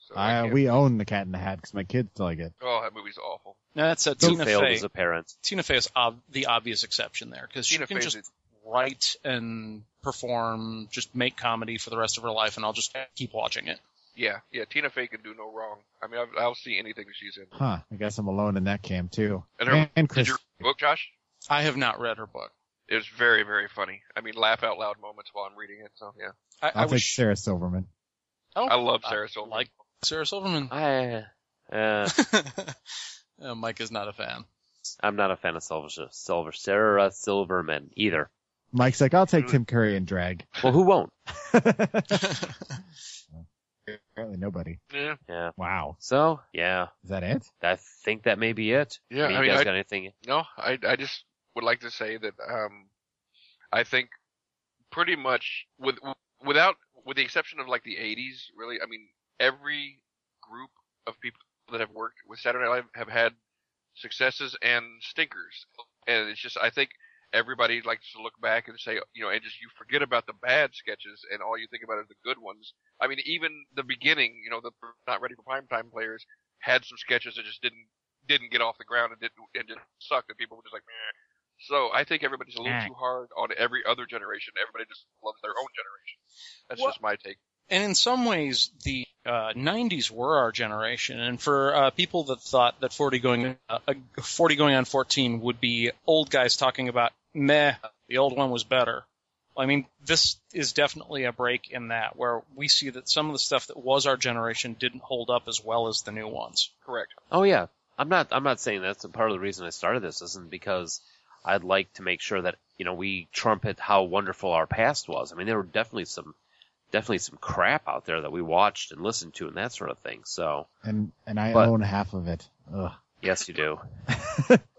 S3: So I
S2: I,
S3: can't-
S2: we own the Cat in the Hat because my kids like it.
S3: oh, that movie's awful.
S4: Now that's a
S1: Who
S4: Tina
S1: failed
S4: Fey.
S1: as a parent.
S4: Tina Fey is ob- the obvious exception there because she
S3: Tina
S4: can
S3: Fey's
S4: just
S3: a-
S4: write and perform, just make comedy for the rest of her life, and I'll just keep watching it.
S3: Yeah, yeah. Tina Fey can do no wrong. I mean, I've, I'll see anything she's in.
S2: Huh? I guess I'm alone in that camp too.
S3: And her-
S2: and
S3: Did
S2: Chris.
S3: you read the book, Josh?
S4: I have not read her book.
S3: It was very very funny. I mean, laugh out loud moments while I'm reading it. So yeah,
S4: I,
S2: I'll
S4: I
S2: take
S4: wish
S2: Sarah Silverman.
S4: Oh,
S3: I love
S4: I
S3: Sarah Silverman.
S4: like Sarah Silverman.
S1: I, uh,
S4: Uh, Mike is not a fan.
S1: I'm not a fan of Silver, Silver Sarah Silverman either.
S2: Mike's like, I'll take Tim Curry and drag.
S1: Well, who won't?
S4: I
S2: Apparently nobody.
S3: yeah,
S1: Yeah.
S2: Wow.
S1: So yeah,
S2: Is that it?
S1: I think that may be it.
S3: yeah.
S1: I mean,
S3: I
S1: you
S3: mean,
S1: guys
S3: I,
S1: got anything?
S3: no, I I just would like to say that um, I think pretty much with without with the exception of like the 80s, really. I mean, every group of people that have worked with Saturday Night Live have had successes and stinkers, and it's just I think. Everybody likes to look back and say, you know, and just you forget about the bad sketches and all you think about are the good ones. I mean, even the beginning, you know, the not ready for prime time players had some sketches that just didn't didn't get off the ground and didn't and just sucked, and people were just like, Meh. so I think everybody's a little
S2: Yeah.
S3: too hard on every other generation. Everybody just loves their own generation. That's
S4: Well-
S3: just my take.
S4: and in some ways, the uh, '90s were our generation. And for uh, people that thought that 40 going uh, uh, 40 going on 14 would be old guys talking about meh, the old one was better. I mean, this is definitely a break in that where we see that some of the stuff that was our generation didn't hold up as well as the new ones.
S3: Correct.
S1: Oh yeah, I'm not. I'm not saying that's part of the reason I started this. Isn't because I'd like to make sure that you know we trumpet how wonderful our past was. I mean, there were definitely some, definitely some crap out there that we watched and listened to and that sort of thing. So
S2: And and I
S1: But-
S2: own half of it. Ugh.
S1: yes, you do.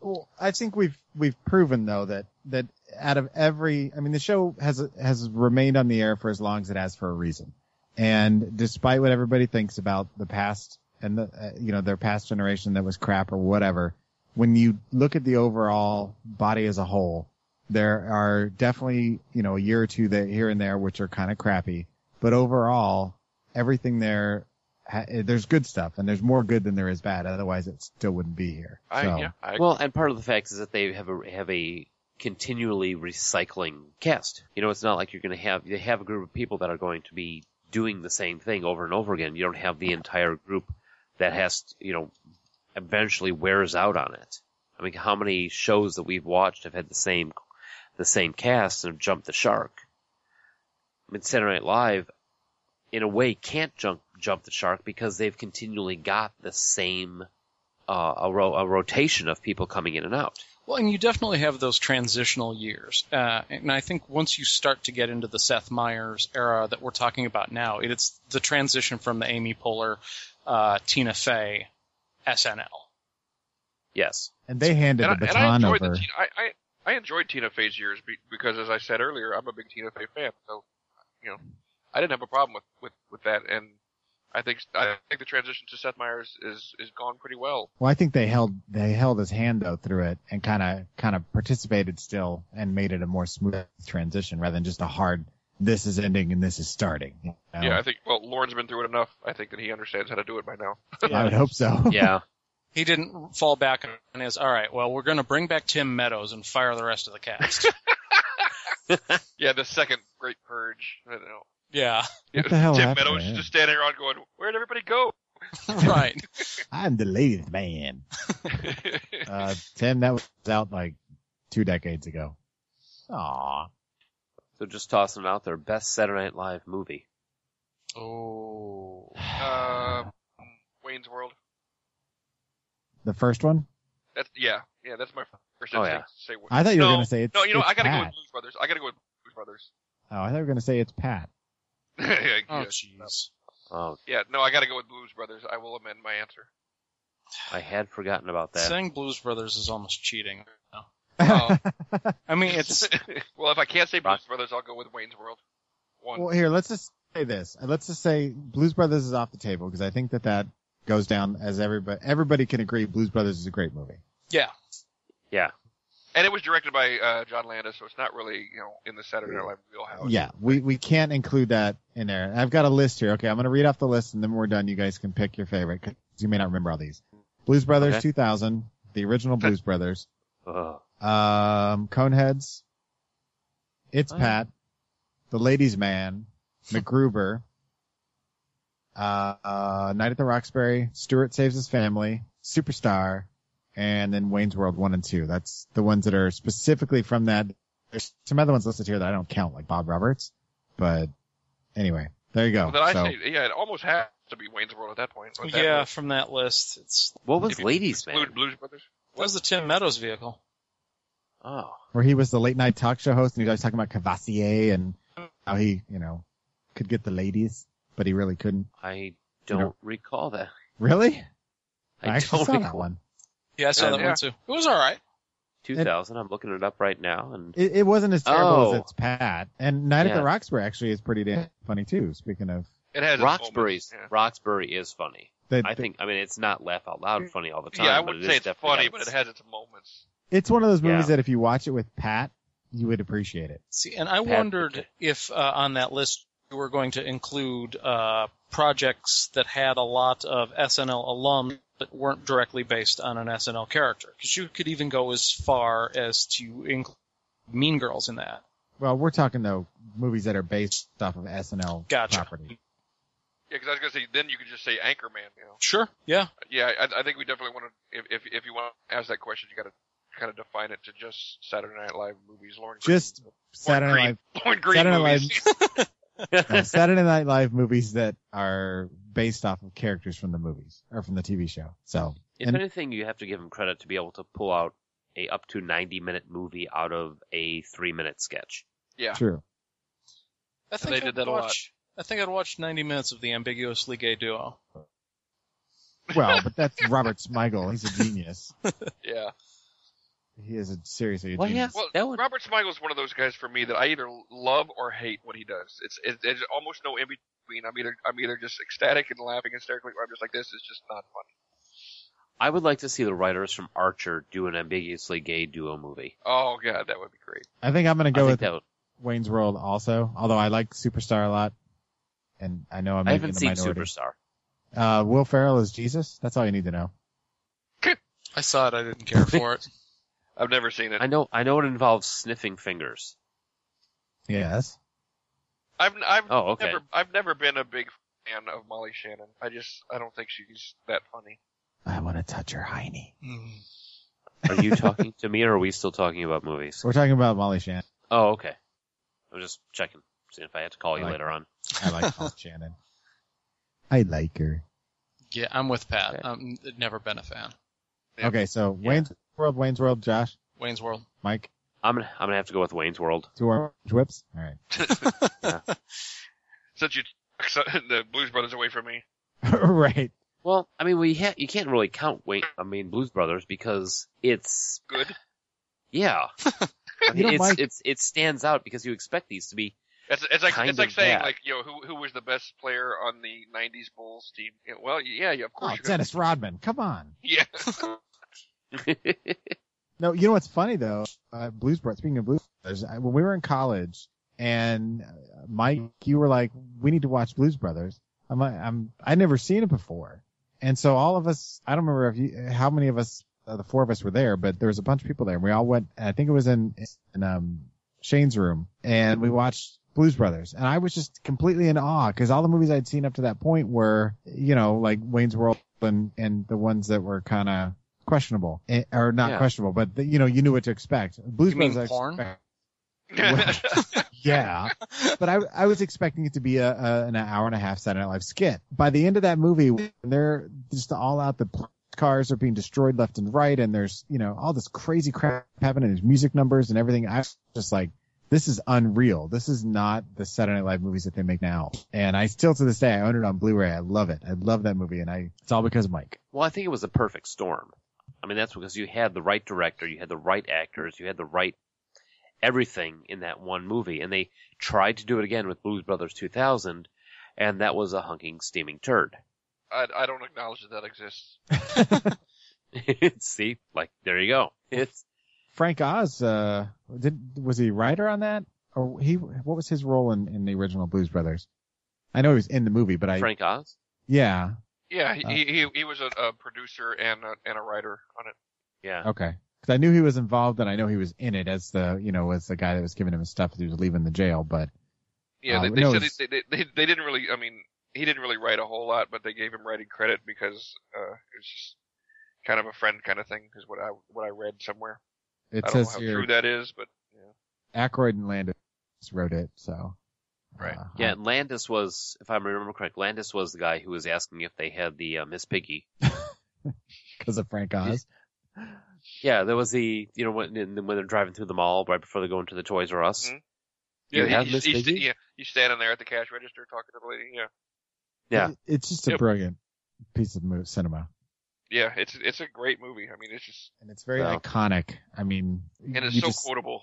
S2: Well, I think we've we've proven though that that out of every, I mean, the show has has remained on the air for as long as it has for a reason. And despite what everybody thinks about the past and the uh, you know their past generation that was crap or whatever, when you look at the overall body as a whole, there are definitely you know a year or two that here and there which are kind of crappy, but overall everything there. ha- There's good stuff, and there's more good than there is bad. Otherwise, it still wouldn't be here.
S3: I
S2: So-
S3: yeah. I,
S1: Well, and part of the fact is that they have a have a continually recycling cast. You know, it's not like you're going to have you have a group of people that are going to be doing the same thing over and over again. You don't have the entire group that has to, you know eventually wears out on it. I mean, how many shows that we've watched have had the same the same cast and have jumped the shark? I mean, Saturday Night Live, in a way, can't jump jump the shark because they've continually got the same uh, a, ro- a rotation of people coming in and out.
S4: Well, and you definitely have those transitional years, uh, and I think once you start to get into the Seth Meyers era that we're talking about now, it, it's the transition from the Amy Poehler, uh, Tina Fey, SNL.
S1: Yes.
S2: And they handed
S3: And I,
S2: the
S3: and I
S2: baton
S3: enjoyed
S2: over.
S3: the Tina, I, I I enjoyed Tina Fey's years be, because, as I said earlier, I'm a big Tina Fey fan. So, you know, I didn't have a problem with with with that, and I think I think the transition to Seth Meyers is is gone pretty well.
S2: Well, I think they held they held his hand though through it and kind of kind of participated still and made it a more smooth transition rather than just a hard this is ending and this is starting. you know?
S3: Yeah, I think well, Lauren's been through it enough. I think that he understands how to do it by now.
S2: I would hope so.
S1: Yeah.
S4: He didn't fall back on his. All right, well, we're going to bring back Tim Meadows and fire the rest of the cast.
S3: Yeah, the second Great Purge. I don't know.
S4: yeah,
S2: What the hell
S3: Tim
S2: happened
S3: Meadows
S2: there?
S3: just standing around going, "Where'd everybody go?"
S4: right.
S2: I'm the latest man. Uh, Tim, that was out like two decades ago. Aw.
S1: So just tossing it out there. Best Saturday Night Live movie.
S4: Oh.
S3: uh, Wayne's World.
S2: The first one?
S3: That's yeah, yeah. That's my first
S1: Oh,
S3: instinct.
S1: yeah.
S3: to Say, Wayne's-
S2: I thought you
S3: no,
S2: were gonna say it's
S3: no. You know,
S2: it's
S3: I gotta go
S2: Pat.
S3: with Blues Brothers. I gotta go with Blues Brothers.
S2: Oh, I thought you were gonna say it's Pat.
S3: yeah,
S4: Oh,
S3: yes.
S4: jeez.
S1: Oh,
S3: Yeah, no, I gotta go with Blues Brothers. I will amend my answer.
S1: I had forgotten about that.
S4: Saying Blues Brothers is almost cheating.
S3: Oh.
S4: I mean, it's
S3: well, if I can't say Blues
S1: Rock.
S3: Brothers, I'll go with Wayne's World. One.
S2: Well, here, let's just say this. Let's just say Blues Brothers is off the table because I think that that goes down as everybody everybody can agree. Blues Brothers is a great movie.
S4: yeah.
S1: yeah.
S3: and it was directed by uh, John Landis, so it's not really you know in the Saturday Night Live wheelhouse.
S2: Yeah, we we can't include that in there. I've got a list here. Okay, I'm gonna read off the list and then when we're done, you guys can pick your favorite 'cause you may not remember all these. Blues Brothers
S1: Okay.
S2: 2000, the original Blues Brothers,
S1: Ugh.
S2: um, Coneheads, It's
S1: Oh.
S2: Pat, The Ladies Man, MacGruber, uh, uh, Night at the Roxbury, Stewart Saves His Family, Superstar, and then Wayne's World 1 and 2. That's the ones that are specifically from that. There's some other ones listed here that I don't count, like Bob Roberts, but anyway, there you go.
S3: Well, then I
S2: so,
S3: say, yeah, it almost has to be Wayne's World at that point. but that
S4: Yeah,
S3: was-
S4: from that list, it's
S1: What was
S3: if you
S1: Ladies Man?
S3: Exclude Blues Brothers.
S4: that was the Tim Meadows vehicle.
S1: Oh.
S2: where he was the late night talk show host and he was always talking about Cavassier and how he, you know, could get the ladies, but he really couldn't.
S1: I don't
S2: No.
S1: recall that.
S2: Really?
S1: I
S2: actually
S1: don't
S2: saw that
S1: recall.
S2: one.
S4: Yeah, I saw
S1: Yeah.
S4: that one too. It was all right.
S1: 2000. I'm looking it up right now, and
S2: It, it wasn't as terrible
S1: Oh.
S2: as it's Pat. And Night at
S1: Yeah.
S2: the Roxbury actually is pretty damn funny too. Speaking of,
S3: It has its
S1: Roxbury's
S3: moments,
S1: Roxbury is funny.
S2: that,
S1: I think. I mean, it's not laugh out loud funny all the
S3: Yeah,
S1: time.
S3: yeah I
S1: but
S3: wouldn't
S1: it
S3: say
S1: is
S3: it's
S1: definitely
S3: funny,
S1: got-
S3: but it has its moments.
S2: it's one of those movies
S1: Yeah.
S2: that if you watch it with Pat, you would appreciate it.
S4: See, and I
S1: Pat-
S4: wondered if uh, on that list you were going to include uh, projects that had a lot of SNL alums that weren't directly based on an SNL character, because you could even go as far as to include Mean Girls in that.
S2: Well, we're talking though movies that are based off of SNL
S4: Gotcha.
S2: property.
S3: Yeah, because I was gonna say then you could just say Anchorman. You know.
S4: Sure. Yeah.
S3: Yeah, I, I think we definitely want to. If, if if you want to ask that question, you got to kind of define it to just Saturday Night Live movies. Lauren
S2: Just
S3: Green,
S2: Saturday
S3: Green.
S2: Night
S3: Lauren Green
S2: Saturday Night Live-
S3: movies.
S2: no, Saturday Night Live movies that are based off of characters from the movies or from the TV show. So
S1: If
S2: And-
S1: anything, you have to give him credit to be able to pull out a up to 90 minute movie out of a three minute sketch.
S3: yeah,
S2: true.
S4: I think
S3: they did
S4: I'd
S3: that a lot.
S4: watch, I think I'd watch 90 minutes of the ambiguously gay duo.
S2: Well, but that's Robert Smigel. He's a genius.
S3: yeah.
S2: He is a seriously a
S1: Well,
S2: genius.
S1: yeah.
S3: Well,
S1: That would-
S3: Robert Smigel's one of those guys for me that I either love or hate what he does. It's it, there's almost no in between. I'm either I'm either just ecstatic and laughing hysterically, or I'm just like this is just not funny.
S1: I would like to see the writers from Archer do an ambiguously gay duo movie.
S3: Oh god, that would be great.
S2: I think I'm gonna
S1: I
S2: go
S1: think
S2: with
S1: that would,
S2: Wayne's World also, although I like Superstar a lot. And I know I'm
S1: I
S2: maybe in
S1: haven't
S2: the
S1: seen
S2: minority.
S1: Superstar.
S2: Uh, Will Ferrell is Jesus. That's all you need to know.
S4: I saw it. I didn't care for it.
S3: I've never seen it.
S1: I know I know it involves sniffing fingers.
S2: Yes.
S3: I've I've
S1: Oh, okay.
S3: never I've never been a big fan of Molly Shannon. I just I don't think she's that funny.
S2: I want to touch your hiney.
S4: Mm.
S1: Are you talking to me or are we still talking about movies?
S2: We're talking about Molly Shannon.
S1: Oh, okay. I was just checking, seeing if I had to call you
S2: Like-
S1: later on.
S2: I like Molly Shannon. I like her.
S4: Yeah, I'm with Pat.
S1: Okay.
S4: i am never been a fan.
S3: Yeah.
S2: Okay, so
S1: Yeah.
S2: Wayne's World, Wayne's World, Josh.
S4: Wayne's World.
S2: Mike,
S1: I'm gonna, I'm gonna have to go with Wayne's World.
S2: two orange whips. All right.
S3: Since you so, the Blues Brothers away from me.
S2: right.
S1: Well, I mean, we ha- you can't really count Wayne. I mean, Blues Brothers because it's
S3: Good.
S1: yeah. I mean,
S2: You know,
S1: it's,
S2: Mike-
S1: it's it stands out because you expect these to be
S3: It's, it's like
S1: Kind
S3: it's like
S1: of
S3: saying
S1: that.
S3: like you know who who was the best player on the '90s Bulls team? Yeah, well, yeah, yeah, of course.
S2: Oh,
S3: you're gonna,
S2: Dennis Rodman. Come on.
S3: yeah,
S2: No, you know what's funny though? Uh, Blues Brothers. Speaking of Blues Brothers, I, uh, when we were in college, and uh, Mike, you were like, "We need to watch Blues Brothers." I'm like, "I'm I never seen it before," and so all of us. I don't remember if you, how many of us, uh, the four of us were there, but there was a bunch of people there. We all went. I think it was in in um Shane's room, and we watched. Blues Brothers, and I was just completely in awe because all the movies I'd seen up to that point were, you know, like Wayne's World and and the ones that were kind of questionable eh, or not
S1: Yeah.
S2: questionable, but the, you know, you knew what to expect. Blues
S4: You mean
S2: Brothers, I
S4: porn?
S2: expect- yeah, but I I was expecting it to be a, a an hour and a half Saturday Night Live skit. By the end of that movie, when they're just all out the pl- cars are being destroyed left and right, and there's you know all this crazy crap happening. There's music numbers and everything. I was just like. This is unreal. This is not the Saturday Night Live movies that they make now. And I still to this day, I own it on Blu-ray. I love it. I love that movie. And I, it's all because of Mike.
S1: Well, I think it was a perfect storm. I mean, that's because you had the right director, you had the right actors, you had the right everything in that one movie, and they tried to do it again with Blues Brothers 2000, and that was a hunking, steaming turd.
S3: I, I don't acknowledge that that exists.
S1: See, like there you go. It's
S2: Frank Oz, uh, did was he writer on that, or he? What was his role in, in the original Blues Brothers? I know he was in the movie, but I
S1: Frank Oz.
S2: yeah
S3: Yeah, he
S2: Uh.
S3: he, he, he was a, a producer and a, and a writer on it.
S1: Yeah.
S2: okay because I knew he was involved and I know he was in it as the you know as the guy that was giving him his stuff as he was leaving the jail, but
S3: Yeah,
S2: Uh,
S3: they, they
S2: no,
S3: said
S2: it's-
S3: they, they, they they didn't really. I mean, he didn't really write a whole lot, but they gave him writing credit because uh, it was just kind of a friend kind of thing, is what I what I read somewhere.
S2: it
S3: I don't know
S2: says
S3: how
S2: here
S3: true that is, but yeah.
S2: Aykroyd and Landis wrote it, so
S3: Right.
S2: uh,
S1: Yeah, and Landis was, if I remember correct, Landis was the guy who was asking if they had the uh, Miss Piggy.
S2: because of Frank Oz.
S1: Yeah, there was the, you know, when, in- when they're driving through the mall right before they go into the Toys R Us.
S3: Mhm.
S1: You
S3: yeah,
S1: have
S3: he's-
S1: Miss
S3: he's-
S1: Piggy?
S3: yeah, he's standing there at the cash register talking to the lady. Yeah,
S1: Yeah.
S2: It- it's just a
S3: Yep.
S2: brilliant piece of mo- cinema,
S3: yeah, it's it's a great movie. I mean, it's just
S2: and it's very
S1: Well.
S2: iconic. I mean,
S3: and it's
S2: you
S3: so
S2: just-
S3: quotable.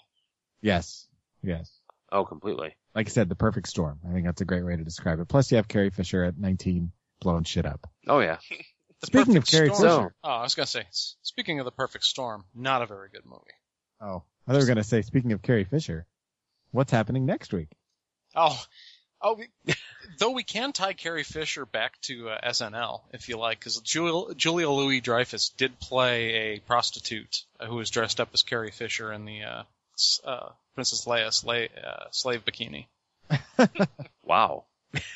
S2: Yes, yes.
S1: Oh, completely.
S2: like I said, the perfect storm. I think that's a great way to describe it. Plus, you have Carrie Fisher at 19 blowing shit up.
S1: Oh yeah.
S4: The
S2: Speaking of
S4: perfect
S2: Carrie
S4: storm.
S1: Fisher.
S4: Oh, I was gonna say. s- Speaking of the perfect storm, not a very good movie.
S2: Oh, I thought we were gonna say. Speaking of Carrie Fisher, what's happening next week?
S4: Oh, oh. We, though we can tie Carrie Fisher back to uh, SNL if you like, because Julia, Julia Louis Dreyfus did play a prostitute uh, who was dressed up as Carrie Fisher in the uh, s- uh, Princess Leia sla- uh, slave bikini.
S1: Wow.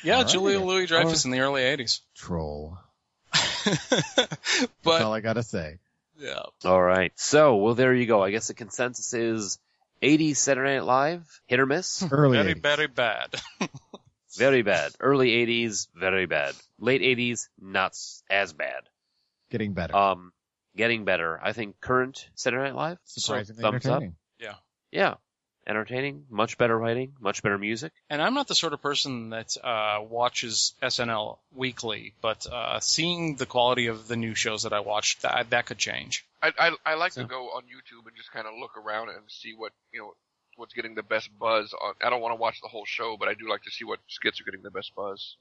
S4: Yeah,
S2: Alrighty.
S4: Julia Louis Dreyfus in the early '80s.
S2: Troll. That's all
S4: but
S2: I gotta say.
S4: yeah,
S1: All right. So, well, there you go. I guess the consensus is 80 Saturday Night Live, hit or miss.
S2: Early.
S4: very
S2: 80s.
S4: very bad.
S1: Very bad. Early 80s, very bad. Late 80s, not s- as bad.
S2: Getting better.
S1: Um, getting better. I think current Saturday Night Live.
S2: Surprisingly
S1: thumbs up.
S2: entertaining.
S1: Yeah. Entertaining, much better writing, much better music.
S4: And I'm not the sort of person that uh, watches SNL weekly, but uh, seeing the quality of the new shows that I watch, that, that could change.
S3: I I, I like
S1: So-
S3: to go on YouTube and just kind of look around and see what you know what's getting the best buzz. On I don't want to watch the whole show, but I do like to see what skits are getting the best buzz.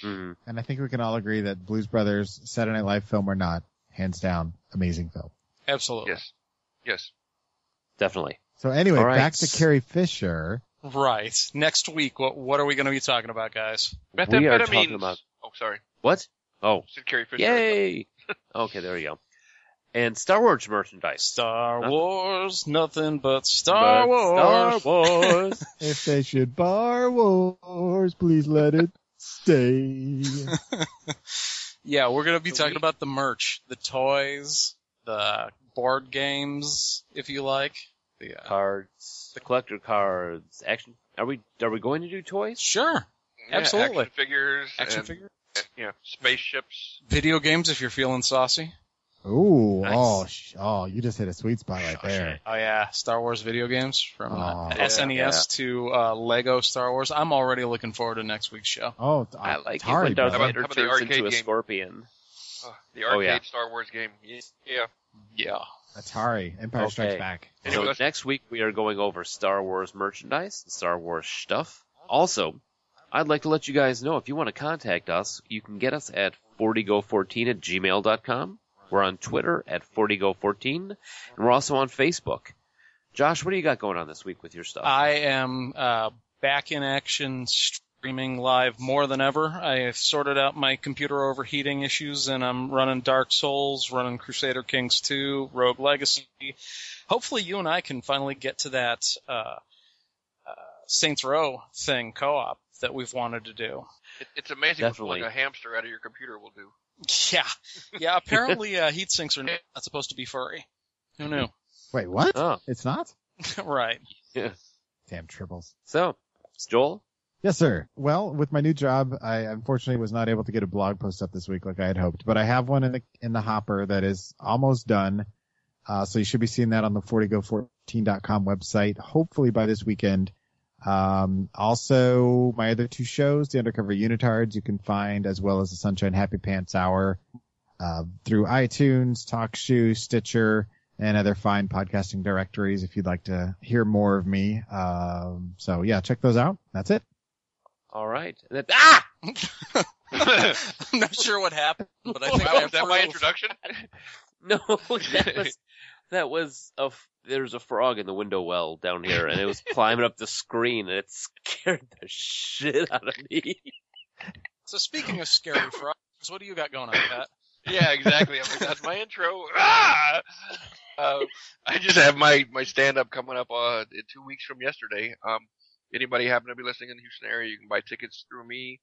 S1: hmm
S2: And I think we can all agree that Blues Brothers, Saturday Night Live film or not, hands down, amazing film.
S4: Absolutely.
S3: Yes, yes.
S1: Definitely.
S2: So anyway,
S1: All right.
S2: back to Carrie Fisher.
S4: Right. Next week, what what are we going to be talking about, guys?
S1: We are
S3: Methamphetamines.
S1: talking about-
S3: Oh, sorry.
S1: What? Oh,
S3: Said Carrie Fisher.
S1: yay. okay, there you go. And Star Wars merchandise.
S4: Star
S1: Huh?
S4: Wars, nothing but Star
S1: But Star
S4: Wars.
S1: Wars.
S2: If they should bar wars, please let it stay.
S4: Yeah, we're going to be
S3: The
S4: talking
S3: week-
S4: about the merch, the toys, the board games, if you like. The, uh,
S1: cards, the collector cards, action. Are we are we going to do toys?
S4: sure.
S3: Yeah,
S4: Absolutely.
S3: Action figures.
S4: Action
S3: and-
S4: figure.
S3: Yeah, spaceships.
S4: Video games if you're feeling saucy.
S2: Ooh,
S6: Nice.
S2: oh, sh- oh, you just hit a sweet spot right there.
S4: Oh yeah, Star Wars video games from uh,
S2: Oh.
S4: SNES to uh, Lego Star Wars. I'm already looking forward to next week's show.
S2: Oh, t-
S6: I like it
S2: Atari,
S6: when Darth
S2: brother.
S6: Vader
S3: How about the
S6: turns
S3: arcade
S6: into a
S3: game?
S6: scorpion.
S3: Ugh, the
S1: Oh,
S3: arcade
S1: yeah.
S3: Star Wars game. Yeah.
S4: Yeah.
S2: Atari, Empire Strikes
S1: Okay.
S2: Back.
S3: Anyway,
S1: so
S3: let's-
S1: next week we are going over Star Wars merchandise, Star Wars stuff. Also, I'd like to let you guys know if you want to contact us, you can get us at 40go14 at gmail.com. We're on Twitter at 40go14, and we're also on Facebook. Josh, what do you got going on this week with your stuff?
S4: I am uh, back in action streaming live more than ever. I have sorted out my computer overheating issues and I'm running Dark Souls, running Crusader Kings 2, Rogue Legacy. Hopefully you and I can finally get to that uh, uh, Saints Row thing co-op that we've wanted to do.
S3: It, it's amazing what
S1: Definitely.
S3: like a hamster out of your computer will do.
S4: Yeah. Yeah, apparently uh, heat sinks are not supposed to be furry. Who knew?
S2: Wait, what?
S1: Oh.
S2: It's not?
S4: right.
S2: Damn triples.
S1: so, Joel?
S2: Yes, sir. Well, with my new job, I unfortunately was not able to get a blog post up this week like I had hoped, but I have one in the in the hopper that is almost done. Uh, so you should be seeing that on the 40go14.com website, hopefully by this weekend. Um, also my other two shows, the Undercover Unitards, you can find as well as the Sunshine Happy Pants Hour, uh, through iTunes, TalkShoe, Stitcher, and other fine podcasting directories if you'd like to hear more of me. Um, so yeah, check those out. That's it.
S1: All right. And then- ah!
S4: I'm not sure what happened, but I think
S3: That
S4: I
S3: was that my
S4: approved.
S3: introduction?
S1: No, that was, that was a, f- there's a frog in the window well down here, and it was climbing up the screen, and it scared the shit out of me.
S4: So speaking of scary frogs, what do you got going on, Pat?
S3: yeah, exactly. I'm like, that's my intro. Ah! Uh, I just have my, my stand up coming up uh, in two weeks from yesterday. Um, anybody happen to be listening in the Houston area, you can buy tickets through me.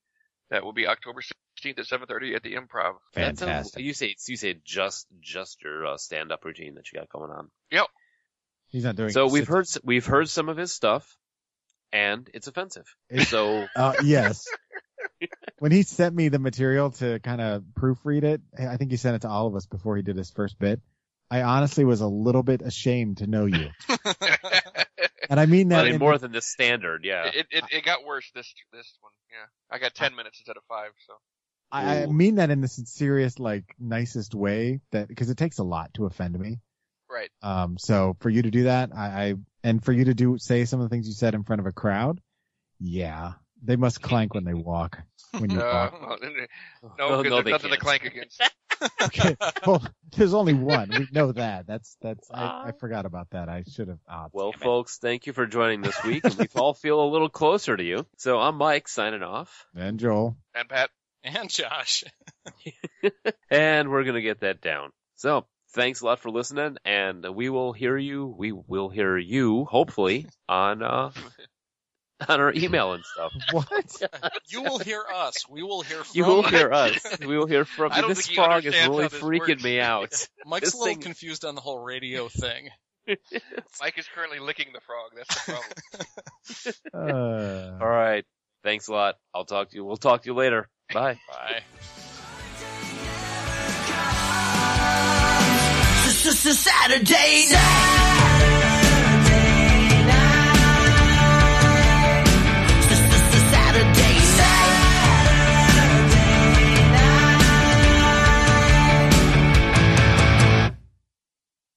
S3: That will be October 16th at 7:30 at the Improv.
S1: That sounds-
S2: Fantastic.
S1: you say you say just just your uh, stand up routine that you got going on.
S2: He's not doing
S1: So we've
S2: sit-
S1: heard s- we've heard some of his stuff, and it's offensive.
S2: It's-
S1: So
S2: Uh, yes. when he sent me the material to kind of proofread it, I think he sent it to all of us before he did his first bit. I honestly was a little bit ashamed to know you, and I mean
S1: I
S2: that.
S1: mean
S2: in
S1: more
S2: the-
S1: than the standard, yeah.
S3: It, it it got worse this this one. Yeah, I got 10 minutes instead of five. So
S2: I, I mean that in the sincerest, like nicest way that because it takes a lot to offend me.
S3: right.
S2: Um, so for you to do that, I, I and for you to do say some of the things you said in front of a crowd, yeah, they must clank when they walk. When you
S3: Uh,
S2: walk,
S3: well,
S1: No,
S3: no, because
S1: Oh, no,
S3: there's
S1: they
S3: nothing
S1: can't.
S3: to clank against.
S2: okay. Well, there's only one. We know that. That's that's. I, I forgot about that. I should have. ah,
S1: Well,
S2: damn it.
S1: folks, thank you for joining this week, and we all feel a little closer to you. So I'm Mike signing off,
S2: And Joel.
S3: And Pat,
S4: And Josh.
S1: and we're gonna get that down. So thanks a lot for listening, and we will hear you. We will hear you hopefully on uh on our email and stuff.
S2: What?
S4: You will hear us. We will hear from
S1: You will hear us. We will hear from
S3: I
S1: you.
S3: don't
S1: This
S3: think he
S1: frog is
S3: understands
S1: really
S3: how this
S1: freaking
S3: works.
S1: me out.
S4: Mike's
S1: This
S4: a little
S1: thing-
S4: confused on the whole radio thing.
S3: Mike is currently licking the frog. That's the problem.
S2: Uh,
S1: All right. Thanks a lot. I'll talk to you. We'll talk to you later. Bye.
S4: Bye.
S5: S- s- s- Saturday night.